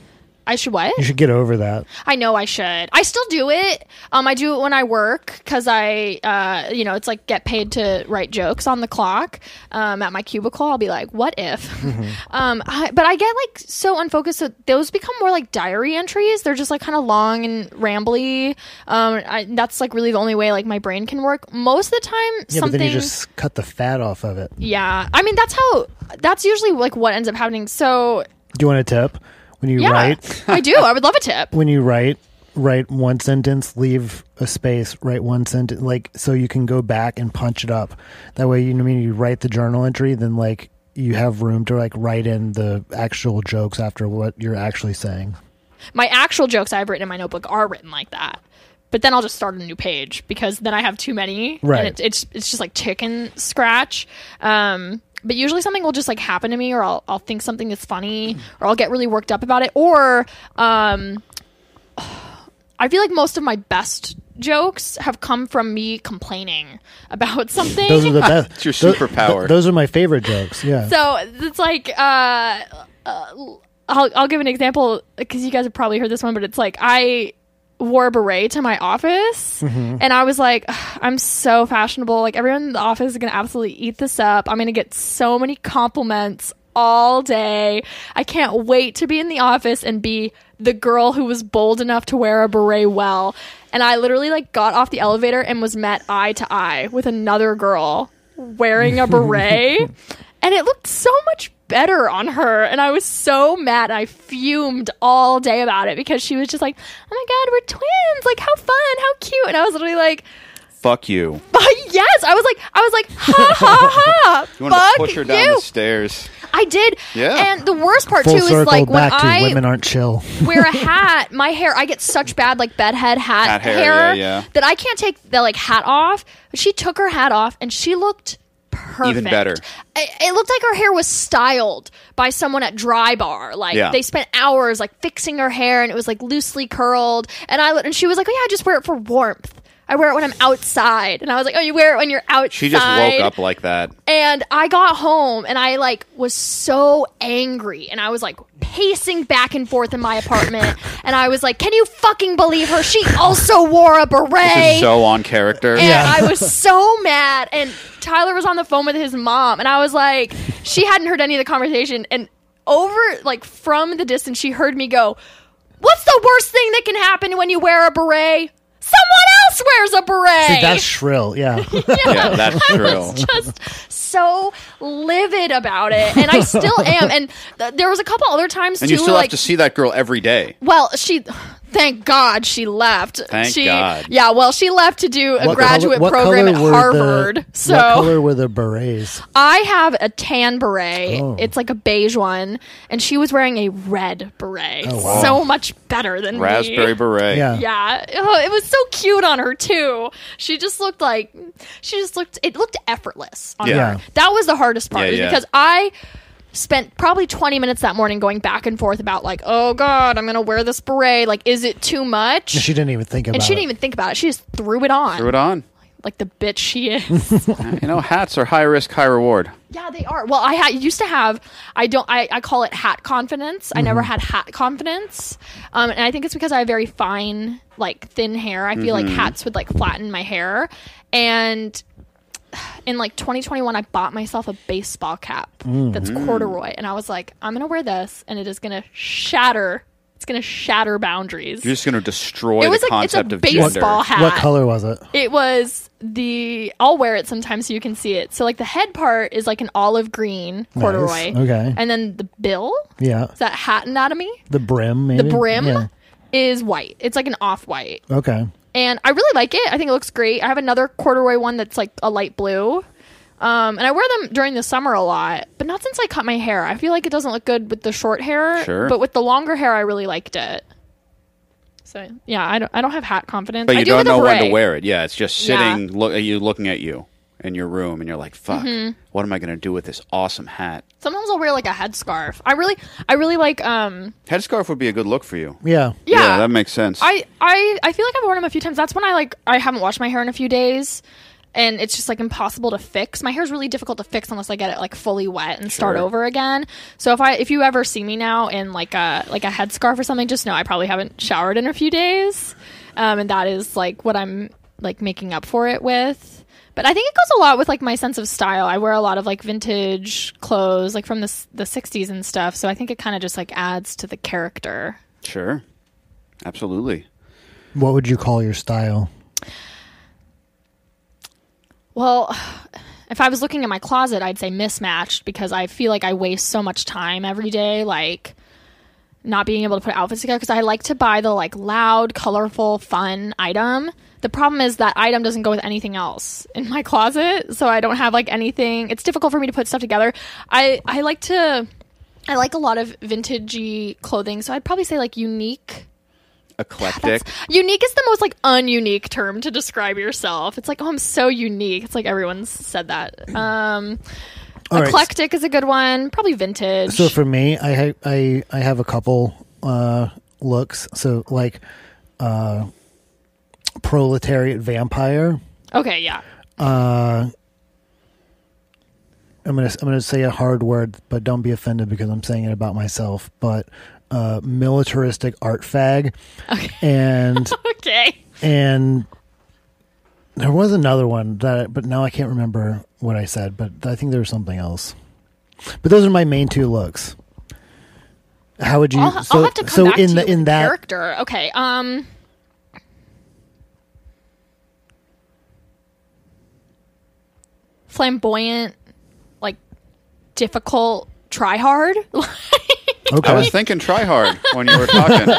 D: I should what?
B: You should get over that.
D: I know I should. I still do it. Um, I do it when I work because I, uh, you know, it's like get paid to write jokes on the clock. Um, at my cubicle, I'll be like, "What if?"
B: Mm-hmm.
D: um, I, but I get like so unfocused. So those become more like diary entries. They're just like kind of long and rambly. Um, I, that's like really the only way like my brain can work. Most of the time,
B: Yeah,
D: something.
B: but then you just cut the fat off of it. Do
D: Yeah. I mean, that's how, that's usually like what ends up happening. So,
B: you want a tip? When you
D: yeah.
B: write,
D: I do. I would love a tip.
B: when you write, write one sentence, leave a space, write one sentence, like so you can go back and punch it up. That way, you know, what I mean, you write the journal entry, then like you have room to like write in the actual jokes after what you're actually saying.
D: My actual jokes I've written in my notebook are written like that. But then I'll just start a new page because then I have too many.
B: Right.
D: And it, it's, it's just like chicken scratch. Um, but usually something will just like happen to me or I'll, I'll think something that's funny or I'll get really worked up about it. Or, um, I feel like most of my best jokes have come from me complaining about something.
B: Those are the best.
C: It's your
B: tho- th-
C: superpower.
B: those are my favorite jokes. Yeah.
D: So it's like, uh, uh, I'll, I'll give an example because you guys have probably heard this one, but it's like I wore a beret to my office and I was like, "Ugh, I'm so fashionable. Like, everyone in the office is going to absolutely eat this up. I'm going to get so many compliments all day. I can't wait to be in the office and be the girl who was bold enough to wear a beret well. And I literally like got off the elevator and was met eye to eye with another girl wearing a beret. and it looked so much better on her. And I was so mad. I fumed all day about it because she was just like, oh my God, we're twins. Like, how fun, how cute. And I was literally like,
C: Fuck you.
D: yes. I was like, I was like, ha ha ha.
C: You want to
D: fuck
C: push her down
D: you.
C: the stairs.
D: I did.
C: Yeah.
D: And the worst part
B: Full
D: too
B: circle
D: is like when
B: back to
D: I
B: women aren't chill.
D: wear a hat, my hair I get such bad like bedhead hat,
C: Hat hair, yeah, yeah.
D: that I can't take the like hat off. But she took her hat off and she looked perfect.
C: better.
D: It, it looked like her hair was styled by someone at Dry Bar. Like
C: Yeah.
D: they spent hours like fixing her hair and it was like loosely curled. And I and she was like, "Oh yeah, I just wear it for warmth." I wear it when I'm outside, and I was like, "Oh, you wear it when you're outside."
C: She just woke up like that.
D: And I got home and I like was so angry and I was like pacing back and forth in my apartment and I was like, Can you fucking believe her? She also wore a
C: This
D: beret.
C: is so on character.
D: and I was so mad and Tyler was on the phone with his mom and I was like she hadn't heard any of the conversation and over like from the distance she heard me go, What's the worst thing that can happen when you wear a beret? Someone else wears a beret.
B: See, that's shrill. Yeah.
C: Yeah, that's true.
D: just so livid about it, and I still am. And th- there was a couple other times
C: And
D: too,
C: you still
D: like
C: have to see that girl every day.
D: well, she. Thank God she left.
C: Thank
D: she,
C: God.
D: Yeah, well, she left to do a
B: What
D: graduate
B: color- what
D: program at
B: color were the-
D: Harvard. so
B: what color were the berets?
D: I have a tan beret.
B: Oh.
D: It's like a beige one, and she was wearing a red beret.
B: Oh, wow.
D: So much better than
C: Raspberry
D: me.
C: beret.
B: Yeah.
D: Yeah, Oh, it was so cute on her too. She just looked like she just looked. It looked effortless on
C: Yeah.
D: her. That was the hardest part
C: Yeah,
D: is
C: yeah.
D: because I spent probably 20 minutes that morning going back and forth about like, oh god, I'm gonna wear this beret. Like, is it too much?
B: She didn't even think about
D: and she didn't
B: it.
D: even think about it. She just threw it on,
C: Threw it on.
D: like the bitch she is.
C: You know, hats are high risk, high reward.
D: yeah, they are. Well, I ha- used to have. I don't. I, I call it hat confidence. I never had hat confidence, um, and I think it's because I have very fine, like thin hair. I feel like hats would like flatten my hair, and in like 2021 i bought myself a baseball cap that's corduroy and i was like i'm gonna wear this and it is gonna shatter it's gonna shatter boundaries
C: You're just going to destroy
D: it was
C: the
D: like it's a
C: concept of gender.
D: baseball hat
B: What color was it?
D: it was the i'll wear it sometimes so you can see it so like the head part is like an olive green corduroy
B: Okay.
D: and then the bill
B: Yeah.
D: is that hat anatomy
B: The brim,
D: the
B: maybe?
D: brim
B: Yeah.
D: is white it's like an off-white
B: Okay.
D: and I really like it. I think it looks great. I have another corduroy one that's like a light blue. Um, and I wear them during the summer a lot, but not since I cut my hair. I feel like it doesn't look good with the short hair,
C: Sure.
D: but with the longer hair, I really liked it. So yeah, I don't, I don't have hat confidence.
C: But
D: I
C: you
D: do
C: do not
D: with a
C: know when to
D: beret.
C: wear it. Yeah, it's just
D: Yeah.
C: sitting, look at you looking at you in your room, and you're like, fuck,
D: Mm-hmm.
C: what am I going to do with this awesome hat?
D: Sometimes I'll wear like a headscarf. I really, I really like. Um,
C: Headscarf would be a good look for you.
B: Yeah.
D: yeah,
C: that makes sense.
D: I, I, I feel like I've worn them a few times. That's when I like I haven't washed my hair in a few days, and it's just like impossible to fix. My hair's really difficult to fix unless I get it like fully wet and start
C: Sure.
D: over again. So if I if you ever see me now in like a like a headscarf or something, just know I probably haven't showered in a few days, um, and that is like what I'm like making up for it with. But I think it goes a lot with like my sense of style. I wear a lot of like vintage clothes, like from the s- the '60s and stuff. So I think it kind of just like adds to the character.
C: sure. Absolutely.
B: What would you call your style?
D: Well, if I was looking at my closet, I'd say mismatched because I feel like I waste so much time every day, like not being able to put outfits together because I like to buy the like loud, colorful, fun item. The problem is that item doesn't go with anything else in my closet, so I don't have like anything. It's difficult for me to put stuff together. I I like to I like a lot of vintagey clothing, so I'd probably say like unique
C: Eclectic.
D: Unique is the most like ununique term to describe yourself. It's like, oh, I'm so unique. It's like everyone's said that. Um,
B: All right.
D: eclectic is a good one. Probably vintage.
B: So for me, I ha- I I have a couple uh, looks. So like uh, proletariat vampire.
D: okay, yeah.
B: I'm gonna I'm gonna say a hard word, but don't be offended because I'm saying it about myself. But uh, militaristic art fag, and
D: Okay.
B: and there was another one that, but now I can't remember what I said. But I think there was something else. But those are my main two looks. How would you?
D: I'll,
B: so
D: I'll have to come
B: so in
D: back to you
B: the
D: with
B: in that
D: character. Okay. Um. Flamboyant, like difficult, try hard.
B: okay.
C: I was thinking try hard when you were talking.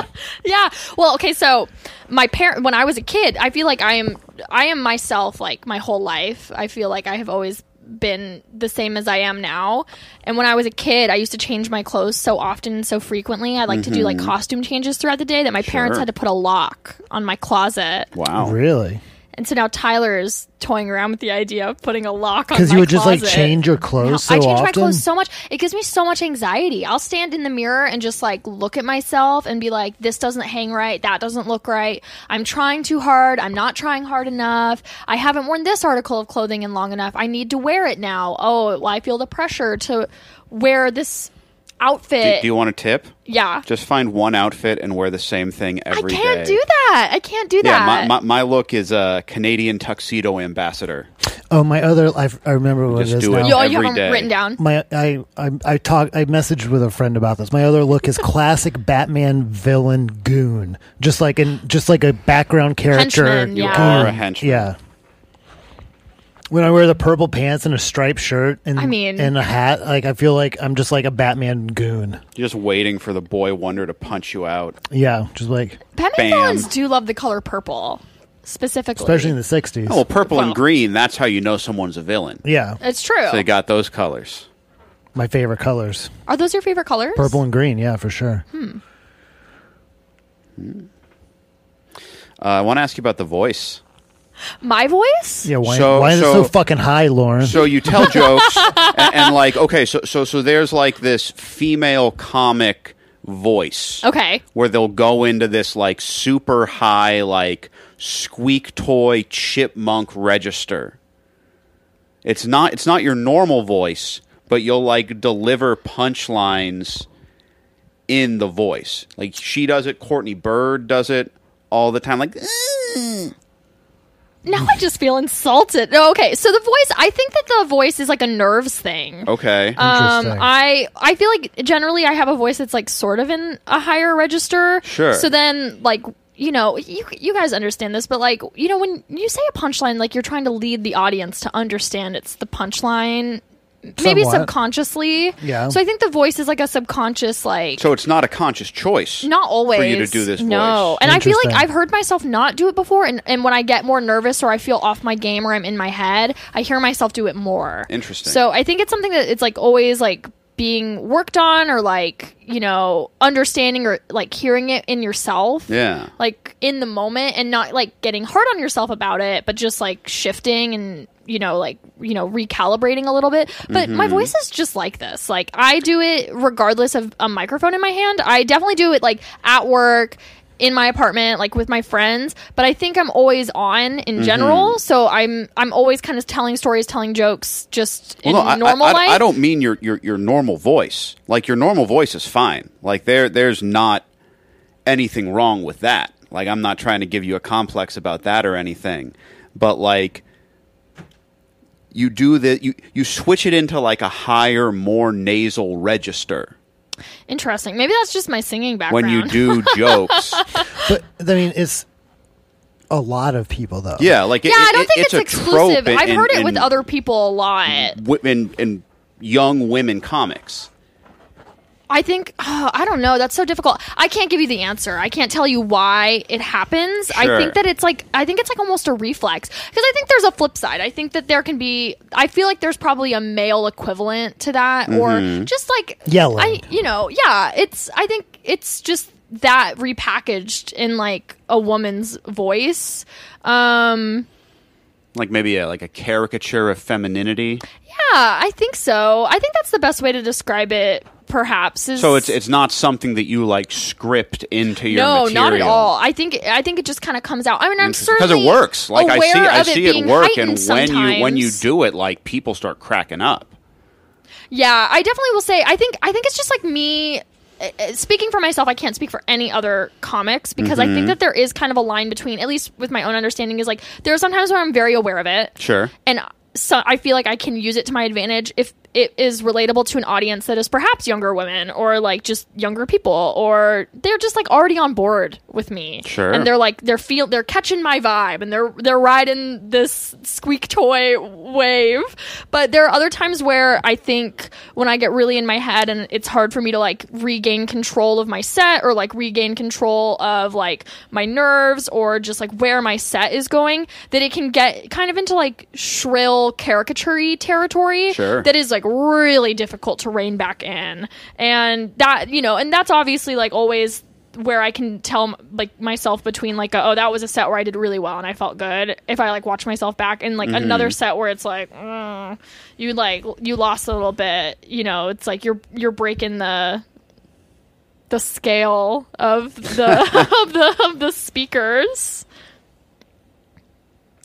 D: yeah. Well, okay, so my parent when I was a kid, I feel like I am I am myself like my whole life. I feel like I have always been the same as I am now. And when I was a kid, I used to change my clothes so often and so frequently. I like to do
B: Mm-hmm.
D: like costume changes throughout the day that my parents
C: Sure.
D: had to put a lock on my closet.
C: Wow.
B: really
D: And so now Tyler is toying around with the idea of putting a lock on my
B: because you would just like
D: closet.
B: change your clothes so
D: I change
B: often.
D: my clothes so much. It gives me so much anxiety. I'll stand in the mirror and just like look at myself and be like, this doesn't hang right. That doesn't look right. I'm trying too hard. I'm not trying hard enough. I haven't worn this article of clothing in long enough. I need to wear it now. Oh, well, I feel the pressure to wear this
C: Do,
D: outfit.
C: do you want a tip?
D: yeah.
C: Just find one outfit and wear the same thing
D: I
C: every day.
D: can't do that. I can't do
C: Yeah,
D: that.
C: my, my, my look is a Canadian tuxedo ambassador.
B: Oh, my other I, I remember what
C: Just
B: it is
C: do it.
B: now.
D: you, oh, you
C: every
D: haven't
C: day.
D: written down.
B: my I I I talk I messaged with a friend about this. My other look is classic Batman villain goon, just like in just like a background character.
D: Henchman, You yeah.
C: are a
B: goon.
C: henchman.
B: Yeah. When I wear the purple pants and a striped shirt and
D: I mean-
B: and a hat, like I feel like I'm just like a Batman goon.
C: You're just waiting for the boy wonder to punch you out.
B: Yeah, just like
D: Batman
C: Bam.
D: villains do love the color purple, specifically.
B: especially in the '60s.
C: Oh, well, purple
D: Well-
C: and green, that's how you know someone's a villain.
B: yeah,
D: it's true.
C: They got those colors.
B: my favorite colors:
D: Are those your favorite colors?
B: purple and green. Yeah, for sure.
D: Hmm.
C: Uh, I want to ask you about the voice.
D: My voice?
B: Yeah, why,
C: So-
B: why is it
C: so-
B: so fucking high, Lauren?
C: So you tell jokes and, and like okay, so so so there's like this female comic voice.
D: Okay.
C: where they'll go into this like super high like squeak toy chipmunk register. It's not it's not your normal voice, but you'll like deliver punchlines in the voice. Like she does it, Courtney Bird does it all the time like eh.
D: Now I just feel insulted. No, okay. So the voice, I think that the voice is like a nerves thing. Um,
C: okay.
B: Oh, Interesting.
D: I I feel like generally I have a voice that's like sort of in a higher register.
C: Sure.
D: So then like you know you you guys understand this, but like you know when you say a punchline, like you're trying to lead the audience to understand it's the punchline. Maybe
B: Somewhat.
D: subconsciously.
B: Yeah.
D: So I think the voice is like a subconscious like.
C: so it's not a conscious choice.
D: Not always.
C: for you to do this
D: No.
C: voice.
D: And I feel like
B: Interesting.
D: I've heard myself not do it before. And, and when I get more nervous or I feel off my game or I'm in my head, I hear myself do it more.
C: Interesting.
D: So I think it's something that it's like always like being worked on or like, you know, understanding or like hearing it in yourself.
C: Yeah.
D: Like in the moment and not like getting hard on yourself about it, but just like shifting and you know like you know recalibrating a little bit but my
C: Mm-hmm.
D: voice is just like this like i do it regardless of a microphone in my hand i definitely do it like at work in my apartment like with my friends but i think i'm always on
C: Mm-hmm.
D: in general so i'm i'm always kind of telling stories telling jokes just
C: Well,
D: in
C: no, I-
D: normal
C: I, I,
D: life
C: I don't mean your, your your normal voice. Like your normal voice is fine. Like there there's not anything wrong with that. Like I'm not trying to give you a complex about that or anything. But like you do the you you switch it into like a higher, more nasal register
D: interesting maybe that's just my singing background
C: when you do jokes.
B: but I mean, it's a lot of people though.
C: Yeah, like it-
D: yeah i
C: it-
D: don't think it's,
C: a
D: exclusive
C: trope in-
D: i've
C: in-
D: heard it
C: in
D: with other people a lot
C: wi- in, in young women comics.
D: I think oh, I don't know. That's so difficult. I can't give you the answer. I can't tell you why it happens. I
C: Sure.
D: think that it's like I think it's like almost a reflex because I think there's a flip side. I think that there can be. I feel like there's probably a male equivalent to that,
C: Mm-hmm.
D: or just like
B: Yelling.
D: I you know yeah. It's I think it's just that repackaged in like a woman's voice. Um
C: Like maybe a, like a caricature of femininity.
D: yeah, I think so. I think that's the best way to describe it. Perhaps is
C: So it's it's not something that you like script into your
D: no,
C: material.
D: not at all. I think I think it just kind of comes out. I mean, I'm
C: Interesting.
D: certainly
C: Because it works. Like I
D: aware
C: see I
D: of
C: see
D: being
C: it work and
D: heightened
C: when you when you
D: sometimes.
C: do it like people start cracking up.
D: Yeah, I definitely will say. I think I think it's just like me. uh, uh, Speaking for myself, I can't speak for any other comics because
C: Mm-hmm.
D: I think that there is kind of a line between, at least with my own understanding, is like there are sometimes where I'm very aware of it,
C: Sure.
D: and so I feel like I can use it to my advantage if it is relatable to an audience that is perhaps younger women or like just younger people or they're just like already on board with me.
C: Sure.
D: And they're like they're feel they're catching my vibe and they're they're riding this squeak toy wave. But there are other times where I think when I get really in my head and it's hard for me to like regain control of my set or like regain control of like my nerves or just like where my set is going that it can get kind of into like shrill caricature territory
C: Sure.
D: that is like really difficult to rein back in and that you know and that's obviously like always where i can tell like myself between like a, oh that was a set where i did really well and i felt good if i like watch myself back and like another set where it's like mm, you like you lost a little bit you know it's like you're you're breaking the the scale of the of the of the speakers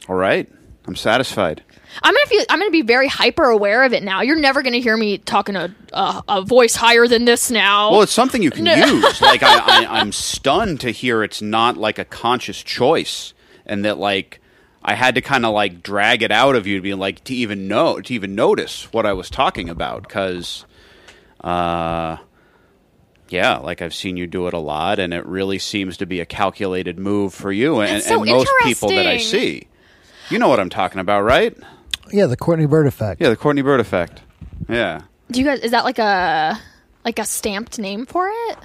C: All right. I'm satisfied.
D: I'm gonna feel. I'm gonna be very hyper aware of it now. You're never gonna hear me talking a a, a voice higher than this now.
C: Well, it's something you can use. Like I, I, I'm stunned to hear it's not like a conscious choice, and that like I had to kind of like drag it out of you to be like to even know to even notice what I was talking about because, uh, yeah, like I've seen you do it a lot, and it really seems to be a calculated move for you and,
D: That's so
C: and most people that I
D: interesting.
C: see. You know what I'm talking about, right?
B: Yeah, the Courtney Bird effect.
C: Yeah, the Courtney Bird effect. Yeah.
D: Do you guys? Is that like a like a stamped name for it?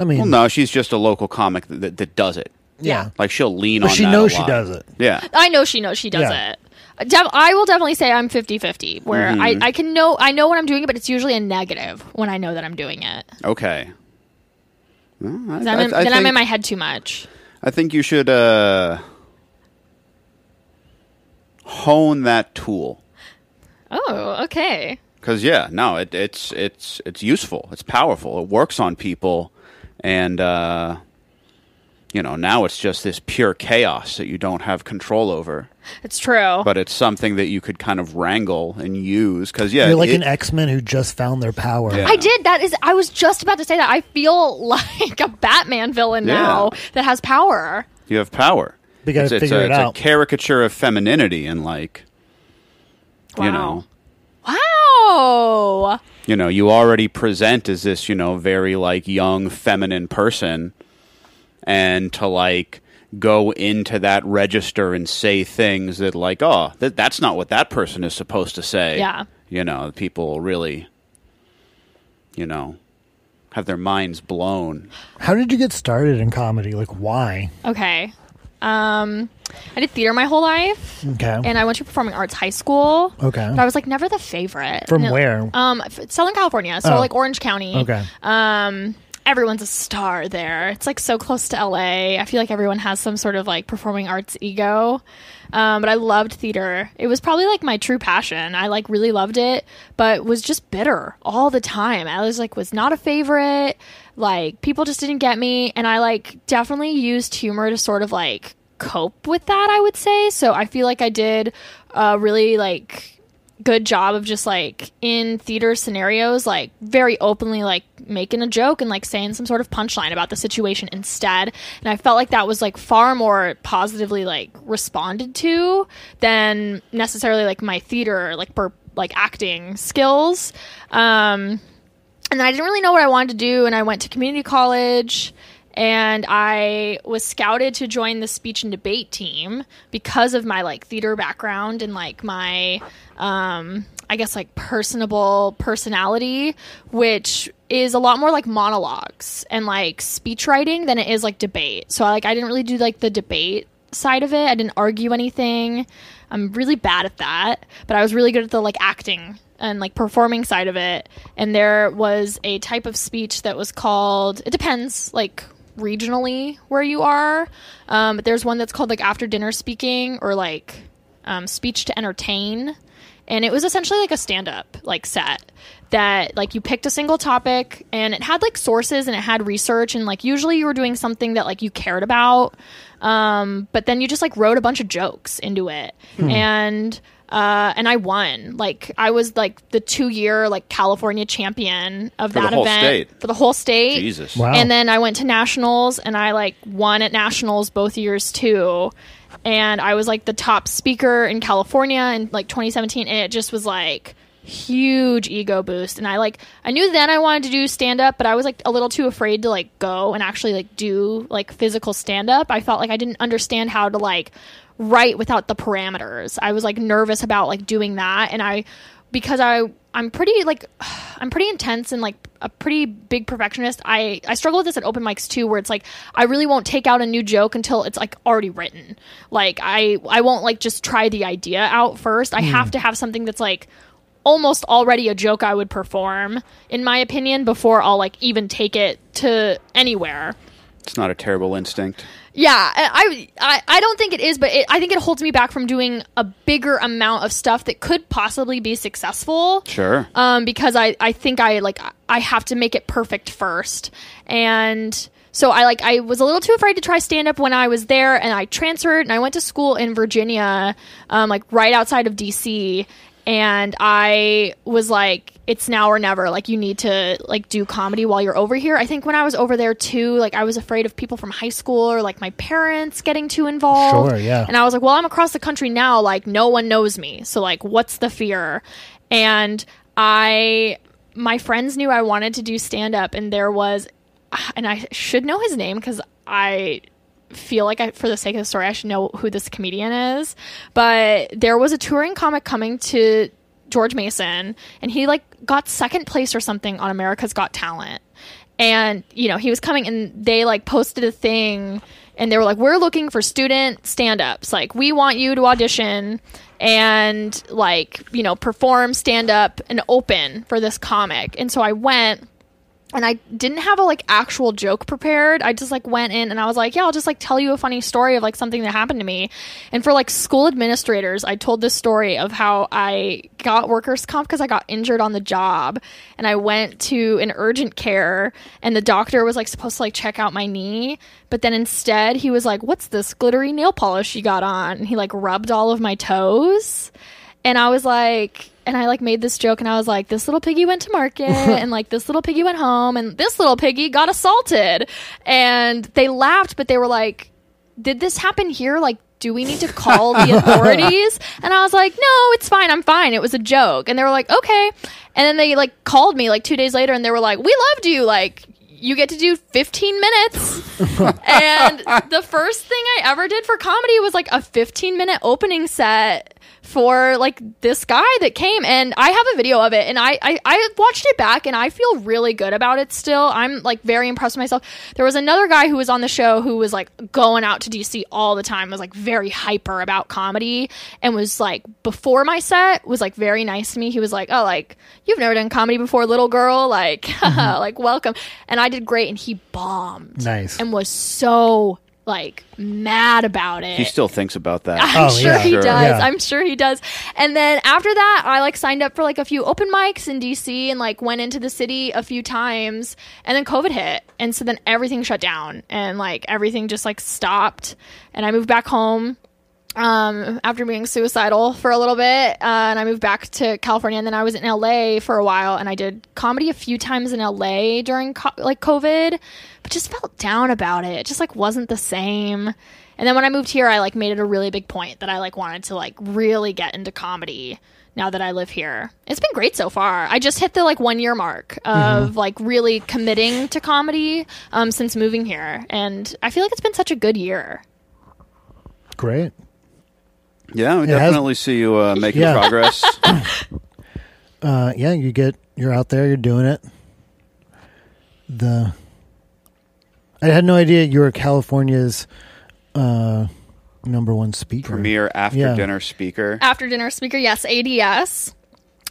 B: I mean,
C: Well, no, she's just a local comic that, that, that does it.
B: yeah.
C: Like she'll lean
B: But
C: on.
B: she
C: that a
B: knows she
C: lot.
B: does it.
C: Yeah.
D: I know she knows she does
B: Yeah.
D: it. Def- I will definitely say I'm 50-50 where
C: Mm-hmm.
D: I, I can know I know when I'm doing it, but it's usually a negative when I know that I'm doing it. 'Cause
C: Okay. Well, I,
D: I'm in-
C: I- I
D: then I'm
C: think,
D: in my head too much.
C: I think you should uh, hone that tool
D: Oh, okay.
C: because yeah, no, it, it's it's it's useful. It's powerful. It works on people, and uh, you know now it's just this pure chaos that you don't have control over.
D: It's true.
C: But it's something that you could kind of wrangle and use because yeah,
B: You're like
C: it-
B: an X Men who just found their power.
C: Yeah.
D: I did. That is. I was just about to say that. I feel like a Batman villain
C: Yeah.
D: now that has power.
C: you have power.
B: You gotta
C: it's, it's
B: figure
C: a,
B: it
C: it's
B: out.
C: a caricature of femininity and like
D: Wow.
C: you know
D: Wow.
C: you know, you already present as this, you know, very like young feminine person and to like go into that register and say things that like, oh, that that's not what that person is supposed to say.
D: Yeah.
C: You know, people really you know have their minds blown.
B: How did you get started in comedy? Like, why?
D: Okay. Um, I did theater my whole life,
B: Okay.
D: and I went to performing arts high school.
B: Okay.
D: But I was like never the favorite.
B: From
D: And it-
B: where?
D: Um, f- Southern California, so
B: Oh.
D: like Orange County.
B: okay.
D: Um, everyone's a star there. It's like so close to LA. I feel like everyone has some sort of like performing arts ego. Um, but I loved theater. It was probably like my true passion. I like really loved it, but was just bitter all the time. I was like was not a favorite. Like people just didn't get me and I like definitely used humor to sort of like cope with that, I would say. So I feel like I did a really like good job of just like in theater scenarios like very openly like making a joke and like saying some sort of punchline about the situation instead and i felt like that was like far more positively like responded to than necessarily like my theater like per like acting skills um and I didn't really know what I wanted to do. And I went to community college and I was scouted to join the speech and debate team because of my like theater background and like my, um, I guess like personable personality, which is a lot more like monologues and like speech writing than it is like debate. So I like, I didn't really do like the debate side of it. I didn't argue anything. I'm really bad at that, but I was really good at the like acting and like performing side of it. And there was a type of speech that was called it depends like regionally where you are. Um, but there's one that's called like after dinner speaking or like um, speech to entertain and it was essentially like a stand-up like set that like you picked a single topic and it had like sources and it had research and like usually you were doing something that like you cared about um, but then you just like wrote a bunch of jokes into it
C: Hmm.
D: and uh, and I won. Like I was like the two-year like California champion of
C: For the
D: that
C: whole
D: event
C: state.
D: for the whole state.
C: Jesus.
B: Wow.
D: And then I went to nationals and I like won at nationals both years too. And I was like the top speaker in California in like 2017 and it just was like huge ego boost and i like i knew then i wanted to do stand up but i was like a little too afraid to like go and actually like do like physical stand up i felt like i didn't understand how to like write without the parameters i was like nervous about like doing that and i because i i'm pretty like i'm pretty intense and like a pretty big perfectionist i i struggle with this at open mics too where it's like i really won't take out a new joke until it's like already written like i i won't like just try the idea out first i have to have something that's like almost already a joke I would perform, in my opinion, before I'll like even take it to anywhere.
C: It's not a terrible instinct.
D: Yeah, I I, I don't think it is, but it, I think it holds me back from doing a bigger amount of stuff that could possibly be successful.
C: Sure.
D: Um, because I I think I like I have to make it perfect first, and so I like I was a little too afraid to try stand up when I was there, and I transferred and I went to school in Virginia, um, like right outside of DC, and I was like, it's now or never. Like you need to like do comedy while you're over here. I think when I was over there too, like I was afraid of people from high school or like my parents getting too involved.
B: Sure, yeah.
D: And I was like, well, I'm across the country now. Like no one knows me. So like, what's the fear? And I, my friends knew I wanted to do stand up, and there was, and I should know his name because I feel like I, for the sake of the story, I should know who this comedian is. But there was a touring comic coming to George Mason, and he like got second place or something on America's Got Talent. And you know he was coming, and they like posted a thing, and they were like, "We're looking for student stand-ups. Like, we want you to audition." And like you know, perform stand up and open for this comic, and so I went, and I didn't have a like actual joke prepared. I just like went in and I was like, yeah, I'll just like tell you a funny story of like something that happened to me. And for like school administrators, I told this story of how I got workers comp because I got injured on the job and I went to an urgent care and the doctor was like supposed to like check out my knee, but then instead he was like, "What's this glittery nail polish you got on?" And he like rubbed all of my toes. And I was like, and I like made this joke and I was like, this little piggy went to market and like this little piggy went home and this little piggy got assaulted. And they laughed, but they were like, did this happen here? Like, do we need to call the authorities? And I was like, no, it's fine. I'm fine. It was a joke. And they were like, okay. And then they like called me like two days later and they were like, we loved you. Like, you get to do 15 minutes. and the first thing I ever did for comedy was like a 15 minute opening set for like this guy that came and I have a video of it and I, I I watched it back and I feel really good about it still. I'm like very impressed with myself. There was another guy who was on the show who was like going out to DC all the time, was like very hyper about comedy and was like before my set was like very nice to me. He was like, "Oh, like you've never done comedy before, little girl. Like like welcome." And I did great and he bombed.
B: Nice.
D: And was so like mad about it.
C: He still thinks about that.
D: I'm
B: Oh,
D: sure
B: yeah.
D: he
C: Sure.
D: does.
B: Yeah.
D: I'm sure he does. And then after that, I like signed up for like a few open mics in DC and like went into the city a few times. And then COVID hit. And so then everything shut down and like everything just like stopped. And I moved back home um, after being suicidal for a little bit. Uh, and I moved back to California. And then I was in LA for a while and I did comedy a few times in LA during co- like COVID, but just felt down about it. It just like wasn't the same. And then when I moved here, I like made it a really big point that I like wanted to like really get into comedy now that I live here. It's been great so far. I just hit the like one year mark of like really committing to comedy um, since moving here. And I feel like it's been such a good year.
B: Great.
C: Yeah, we
B: has-
C: definitely see you uh, making
B: Yeah.
C: progress.
B: Uh, yeah, you get you're out there, you're doing it. The I had no idea you were California's uh, number one speaker.
C: Premier after
B: Yeah.
C: dinner speaker.
D: after dinner speaker. Yes, ADS.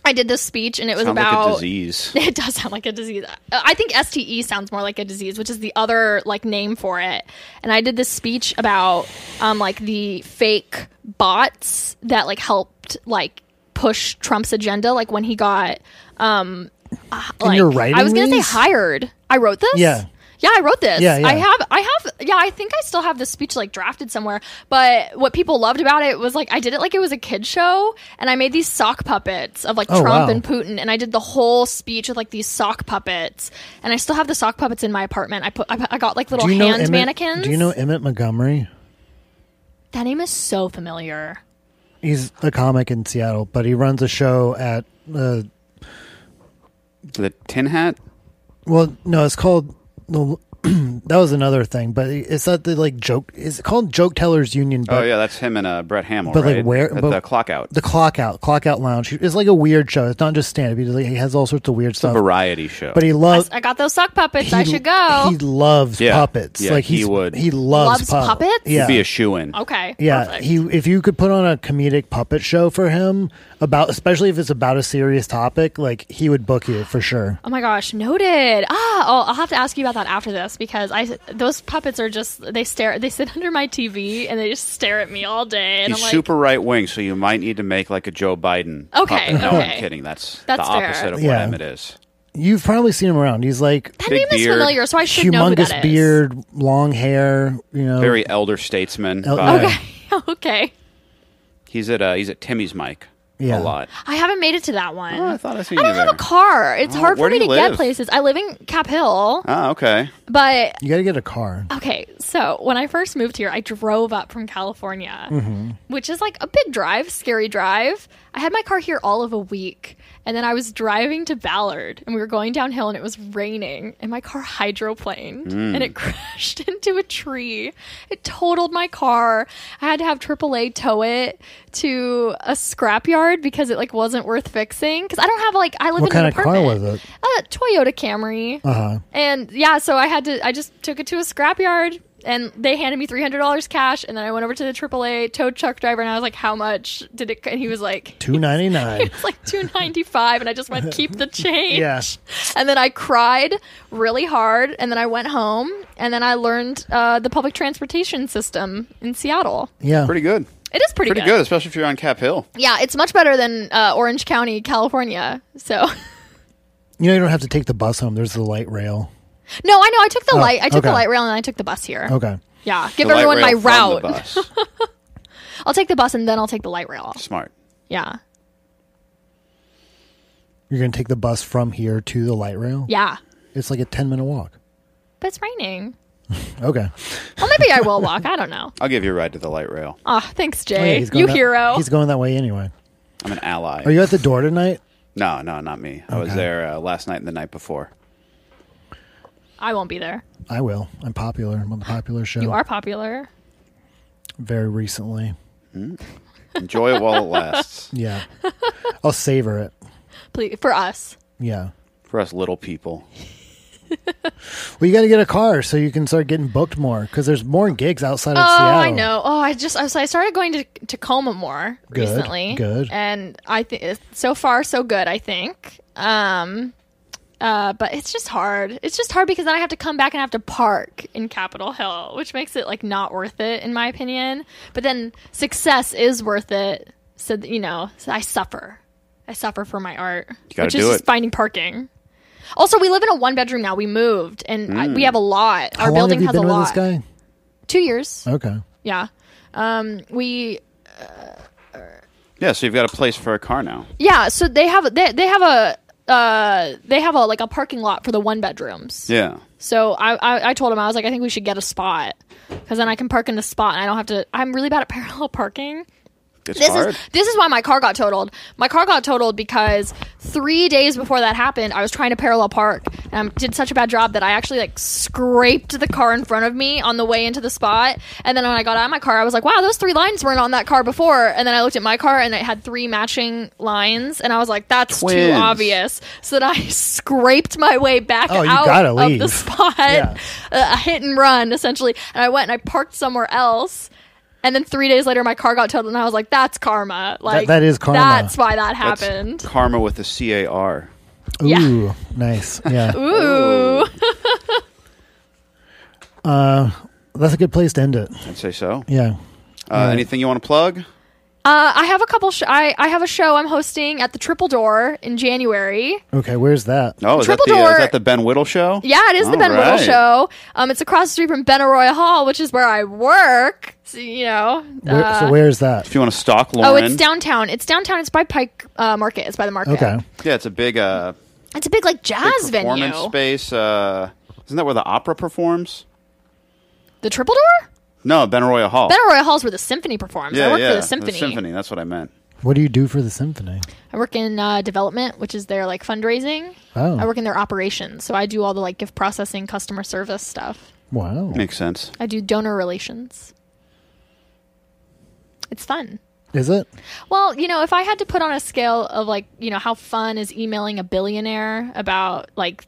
D: I did this speech and it was
C: Sounds
D: about.
C: like a disease.
D: It does sound like a disease. Uh, I think STE sounds more like a disease, which is the other like name for it. And I did this speech about um like the fake bots that like helped like push Trump's agenda, like when he got um uh, like
B: you're writing
D: I was gonna
B: these?
D: say hired. I wrote this.
B: Yeah.
D: Yeah, I wrote this.
B: Yeah, yeah.
D: I have, I have, yeah, I think I still have the speech like drafted somewhere. But what people loved about it was like I did it like it was a kid show, and I made these sock puppets of like
B: Oh,
D: Trump
B: wow.
D: and Putin, and I did the whole speech with like these sock puppets, and I still have the sock puppets in my apartment. I put, I, I got like little hand
B: Emmett,
D: mannequins.
B: Do you know Emmett Montgomery?
D: that name is so familiar?
B: he's a comic in Seattle, but he runs a show at uh,
C: The Tin Hat? Oh,
B: well, no, it's called the. that was another thing, but it's not the like joke. Is it called Joke Tellers Union? But
C: oh, yeah, that's him and uh, Brett Hamill.
B: but, like,
C: right?
B: where-
C: At
B: but-
C: the clock out.
B: The Clock Out, Clock Out Lounge. It's like a weird show. It's not just stand up. He, like, he has all sorts of weird stuff.
C: variety show.
B: But he
D: I,
B: loves.
D: s- I got those sock puppets. I should go.
B: Oh. He loves
C: Yeah.
B: puppets.
C: Yeah,
B: like
C: he
B: he's,
C: would.
B: He loves,
D: Loves
B: puppets.
D: puppets?
B: Yeah.
C: be a shoe in.
D: okay.
B: yeah,
D: perfect.
B: he if you could put on a comedic puppet show for him about especially if it's about a serious topic, like he would book you for sure.
D: Oh my gosh, noted. Ah, oh, I'll have to ask you about that after this because I those puppets are just they stare they sit under my TV and they just stare at me all day and
C: He's
D: I'm like
C: super right wing, so you might need to make like a Joe Biden.
D: Okay,
C: puppet. No,
D: okay.
C: I'm kidding. That's,
D: That's
C: the
D: fair.
C: opposite of
B: Yeah.
C: what Emmett is.
B: You've probably seen him around. He's like
D: that
C: big
D: name is
C: beard,
D: familiar, so I should know who
B: humongous
D: that is.
B: beard, long hair, you know.
C: Very elder statesman.
B: Oh. El-
C: vibe.
B: yeah.
D: okay.
C: He's at uh, he's at Timmy's mic
B: Yeah.
C: a lot. Oh,
D: I haven't made it to that one.
C: I thought I seen
D: I
C: you
D: don't have
C: there.
D: a car. It's hard for
C: where do
D: me to
C: you
D: get
C: live?
D: places. I live in Cap Hill,
C: Oh, okay.
D: but
B: You got to get a car.
D: Okay, so when I first moved here, I drove up from California,
B: Mm-hmm.
D: which is like a big drive, scary drive. I had my car here all of a week, and then I was driving to Ballard, and we were going downhill, and it was raining, and my car hydroplaned, and
B: Mm.
D: it crashed into a tree. It totaled my car. I had to have AAA tow it to a scrapyard because it like wasn't worth fixing. Because I don't have like I live
B: What
D: in an
B: kind of car
D: apartment.
B: was it?
D: A Toyota Camry.
B: Uh-huh.
D: And yeah, so I had to, I just took it to a scrapyard and they handed me $300 cash. And then I went over to the AAA tow truck driver and I was like, how much did it, c-" and he was like,
B: 299.
D: it's like 295 and I just went, keep the change.
B: Yeah.
D: And then I cried really hard and then I went home and then I learned uh, the public transportation system in Seattle.
B: yeah.
C: Pretty good.
D: It is pretty,
C: Pretty good, especially if you're on Cap Hill.
D: Yeah, it's much better than uh, Orange County, California. So.
B: You know you don't have to take the bus home. There's the light rail.
D: No, I know. I took the light. I took the
B: Oh, okay.
D: light rail and I took the bus here.
B: Okay.
D: Yeah, give
C: The light
D: everyone my
C: rail from the
D: route.
C: bus.
D: I'll take the bus and then I'll take the light rail.
C: Smart.
D: Yeah.
B: You're going to take the bus from here to the light rail?
D: Yeah.
B: It's like a 10-minute walk.
D: But it's raining.
B: Okay.
D: Well, maybe I will walk. I don't know.
C: I'll give you a ride to the light rail.
D: Ah, thanks,
B: Oh, yeah,
D: Jay.
B: he's going
D: you
B: that-
D: hero.
B: He's going that way anyway.
C: I'm an ally.
B: Are you at the door tonight?
C: No, no, not me. I was
B: Okay.
C: there uh, last night and the night before.
D: I won't be there.
B: I will. I'm popular. I'm on the popular show.
D: You are popular.
B: Very recently.
C: Enjoy it while it lasts.
B: Yeah. I'll savor it.
D: Please, for us.
B: Yeah.
C: For us little people.
B: Well, you got to get a car so you can start getting booked more because there's more gigs outside of
D: Oh,
B: Seattle.
D: I know. Oh, I just I- so I started going to Tacoma more
B: Good,
D: recently.
B: good.
D: And I think so far so good. I think. Um, uh, but it's just hard. It's just hard because then I have to come back and I have to park in Capitol Hill, which makes it like not worth it in my opinion. But then success is worth it. So that, you know, so I suffer. I suffer for my art,
C: gotta
D: which is
C: do
D: just
C: it.
D: finding parking. Also, we live in a one bedroom now. We moved, and I,
C: Hmm.
D: we have a lot.
B: How
D: Our
B: long
D: building
B: have you
D: has
B: been
D: a
B: with
D: lot.
B: this
D: Two years.
B: guy? Okay.
D: Yeah. Um, we
C: Yeah, so you've got a place for a car now.
D: yeah. So they have they they have a uh they have a like a parking lot for the one bedrooms.
C: Yeah.
D: So I, I I told him I was like I think we should get a spot because then I can park in the spot and I don't have to. I'm really bad at parallel parking.
C: It's
D: This
C: hard.
D: is this is why my car got totaled. My car got totaled because three days before that happened, I was trying to parallel park and I did such a bad job that I actually like scraped the car in front of me on the way into the spot. And then when I got out of my car, I was like, "Wow, those three lines weren't on that car before." And then I looked at my car and it had three matching lines, and I was like, "That's too
C: Twins.
D: obvious." So then I scraped my way back
B: Oh, you
D: out
B: gotta
D: of the
B: leave.
D: spot,
B: Yeah.
D: a hit and run essentially. And I went and I parked somewhere else. And then three days later, my car got totaled, and I was like, "That's karma. Like
B: that is karma.
D: That's why that
C: That's
D: happened."
C: Karma with a C A R.
B: Ooh,
D: Yeah.
B: nice. Yeah.
D: Ooh,
B: Uh, That's a good place to end it.
C: I'd say so.
B: Yeah.
C: Uh, anything you want to plug?
D: uh, I have a couple. Sh- I I have a show I'm hosting at the Triple Door in January.
B: Okay, where's that?
C: Oh, is that,
D: Triple
C: the, uh,
D: Door-
C: is that the Ben Whittle show?
D: Yeah, it is the
C: All
D: Ben Whittle
C: right.
D: show. Um, it's across the street from Benaroya Hall, which is where I work. So, you know,
B: Where,
D: uh,
B: so where's that?
C: If you want to stalk
D: oh,
C: Lauren.
D: it's downtown. It's downtown. It's by Pike uh, Market. It's by the market.
B: Okay.
C: Yeah, it's a big, uh,
D: It's a big like
C: big
D: jazz venue.
C: performance space. Uh, isn't that where the opera performs?
D: The Triple Door.
C: No, Benaroya Hall.
D: Better Royal Halls where the symphony performs. I work for the symphony.
C: symphony. That's what I meant.
B: What do you do for the symphony?
D: I work in uh, development, which is their like fundraising.
B: Oh.
D: I work in their operations, so I do all the like gift processing, customer service stuff.
B: Wow.
C: Makes sense.
D: I do donor relations. It's fun.
B: Is it?
D: Well, you know, if I had to put on a scale of like, you know, how fun is emailing a billionaire about like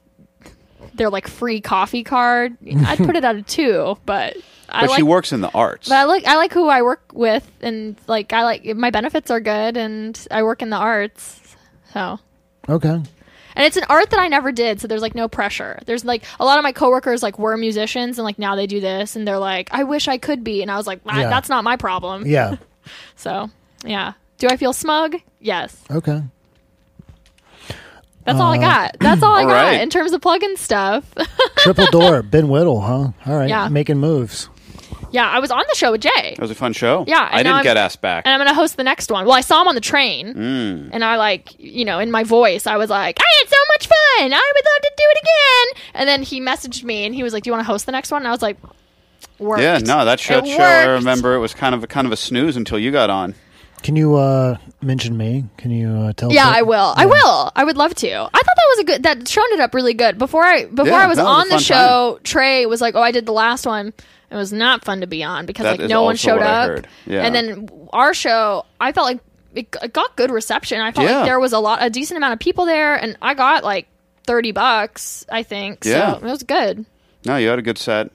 D: their like free coffee card, I'd put it at a two. But I
C: But
D: like,
C: she works in the arts.
D: but I like I like who I work with, and like I like my benefits are good, and I work in the arts, so.
B: Okay.
D: And it's an art that I never did, so there's like no pressure. There's like a lot of my coworkers like were musicians, and like now they do this, and they're like, "I wish I could be," and I was like, "Ah,
B: Yeah.
D: "That's not my problem."
B: Yeah.
D: So, yeah. Do I feel smug? Yes.
B: Okay.
D: That's all I
B: Uh-huh.
D: got. That's all I
C: All
D: got
C: right.
D: in terms of plug-in stuff.
B: Triple door, Ben Whittle, huh? All right.
D: Yeah.
B: Making moves.
D: yeah, I was on the show with Jay,
C: that was a fun show.
D: Yeah, and now
C: I didn't
D: I'm-
C: get asked back.
D: and I'm gonna host the next one. Well, I saw him on the train,
C: Mm.
D: and I like, you know, in my voice, I was like, "I had so much fun. I would love to do it again." And then he messaged me, and he was like, "Do you want to host the next one?" And I was like, "Worked."
C: yeah, no, that show.
D: It
C: show I
D: worked.
C: remember it was kind of a kind of a snooze until you got on.
B: Can you uh mention me? Can you uh, tell?
D: Yeah,
B: pe-
D: I will. I will. I would love to. I thought that was a good. That show ended up really good. Before I before
C: Yeah,
D: I was
C: that was a
D: on the
C: fun
D: show, Trey was like, "Oh, I did the last one. It was not fun to be on because
C: That
D: like
C: is
D: no one
C: also
D: showed
C: what I
D: up."
C: heard. Yeah.
D: And then our show, I felt like it, g- it got good reception. I felt
C: Yeah.
D: like there was a lot, a decent amount of people there, and I got like thirty bucks. I think.
C: Yeah.
D: So it was good.
C: No, you had a good set.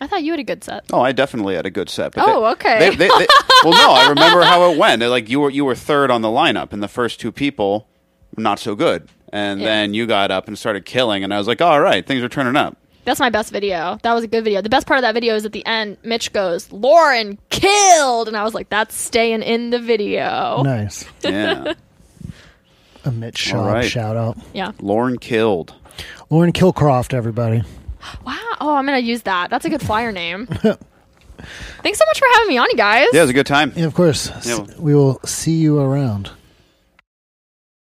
D: I thought you had a good set.
C: Oh, I definitely had a good set. But
D: Oh, okay.
C: They, they, they, well, no, I remember how it went. They're like you were you were third on the lineup, and the first two people were not so good, and
D: Yeah.
C: then you got up and started killing, and I was like, all right, things are turning up.
D: That's my best video. That was a good video. The best part of that video is at the end, Mitch goes, Lauren killed. And I was like, that's staying in the video.
B: Nice.
C: Yeah,
B: A Mitch
C: All
B: Schaub
C: right.
B: shout out.
D: Yeah.
C: Lauren killed.
B: Lauren Kilcroft, everybody.
D: Wow. Oh, I'm going to use that. That's a good flyer name. Thanks so much for having me on, you guys.
C: Yeah, it was a good time.
B: Yeah, of course. S-
C: Yeah.
B: We will see you around.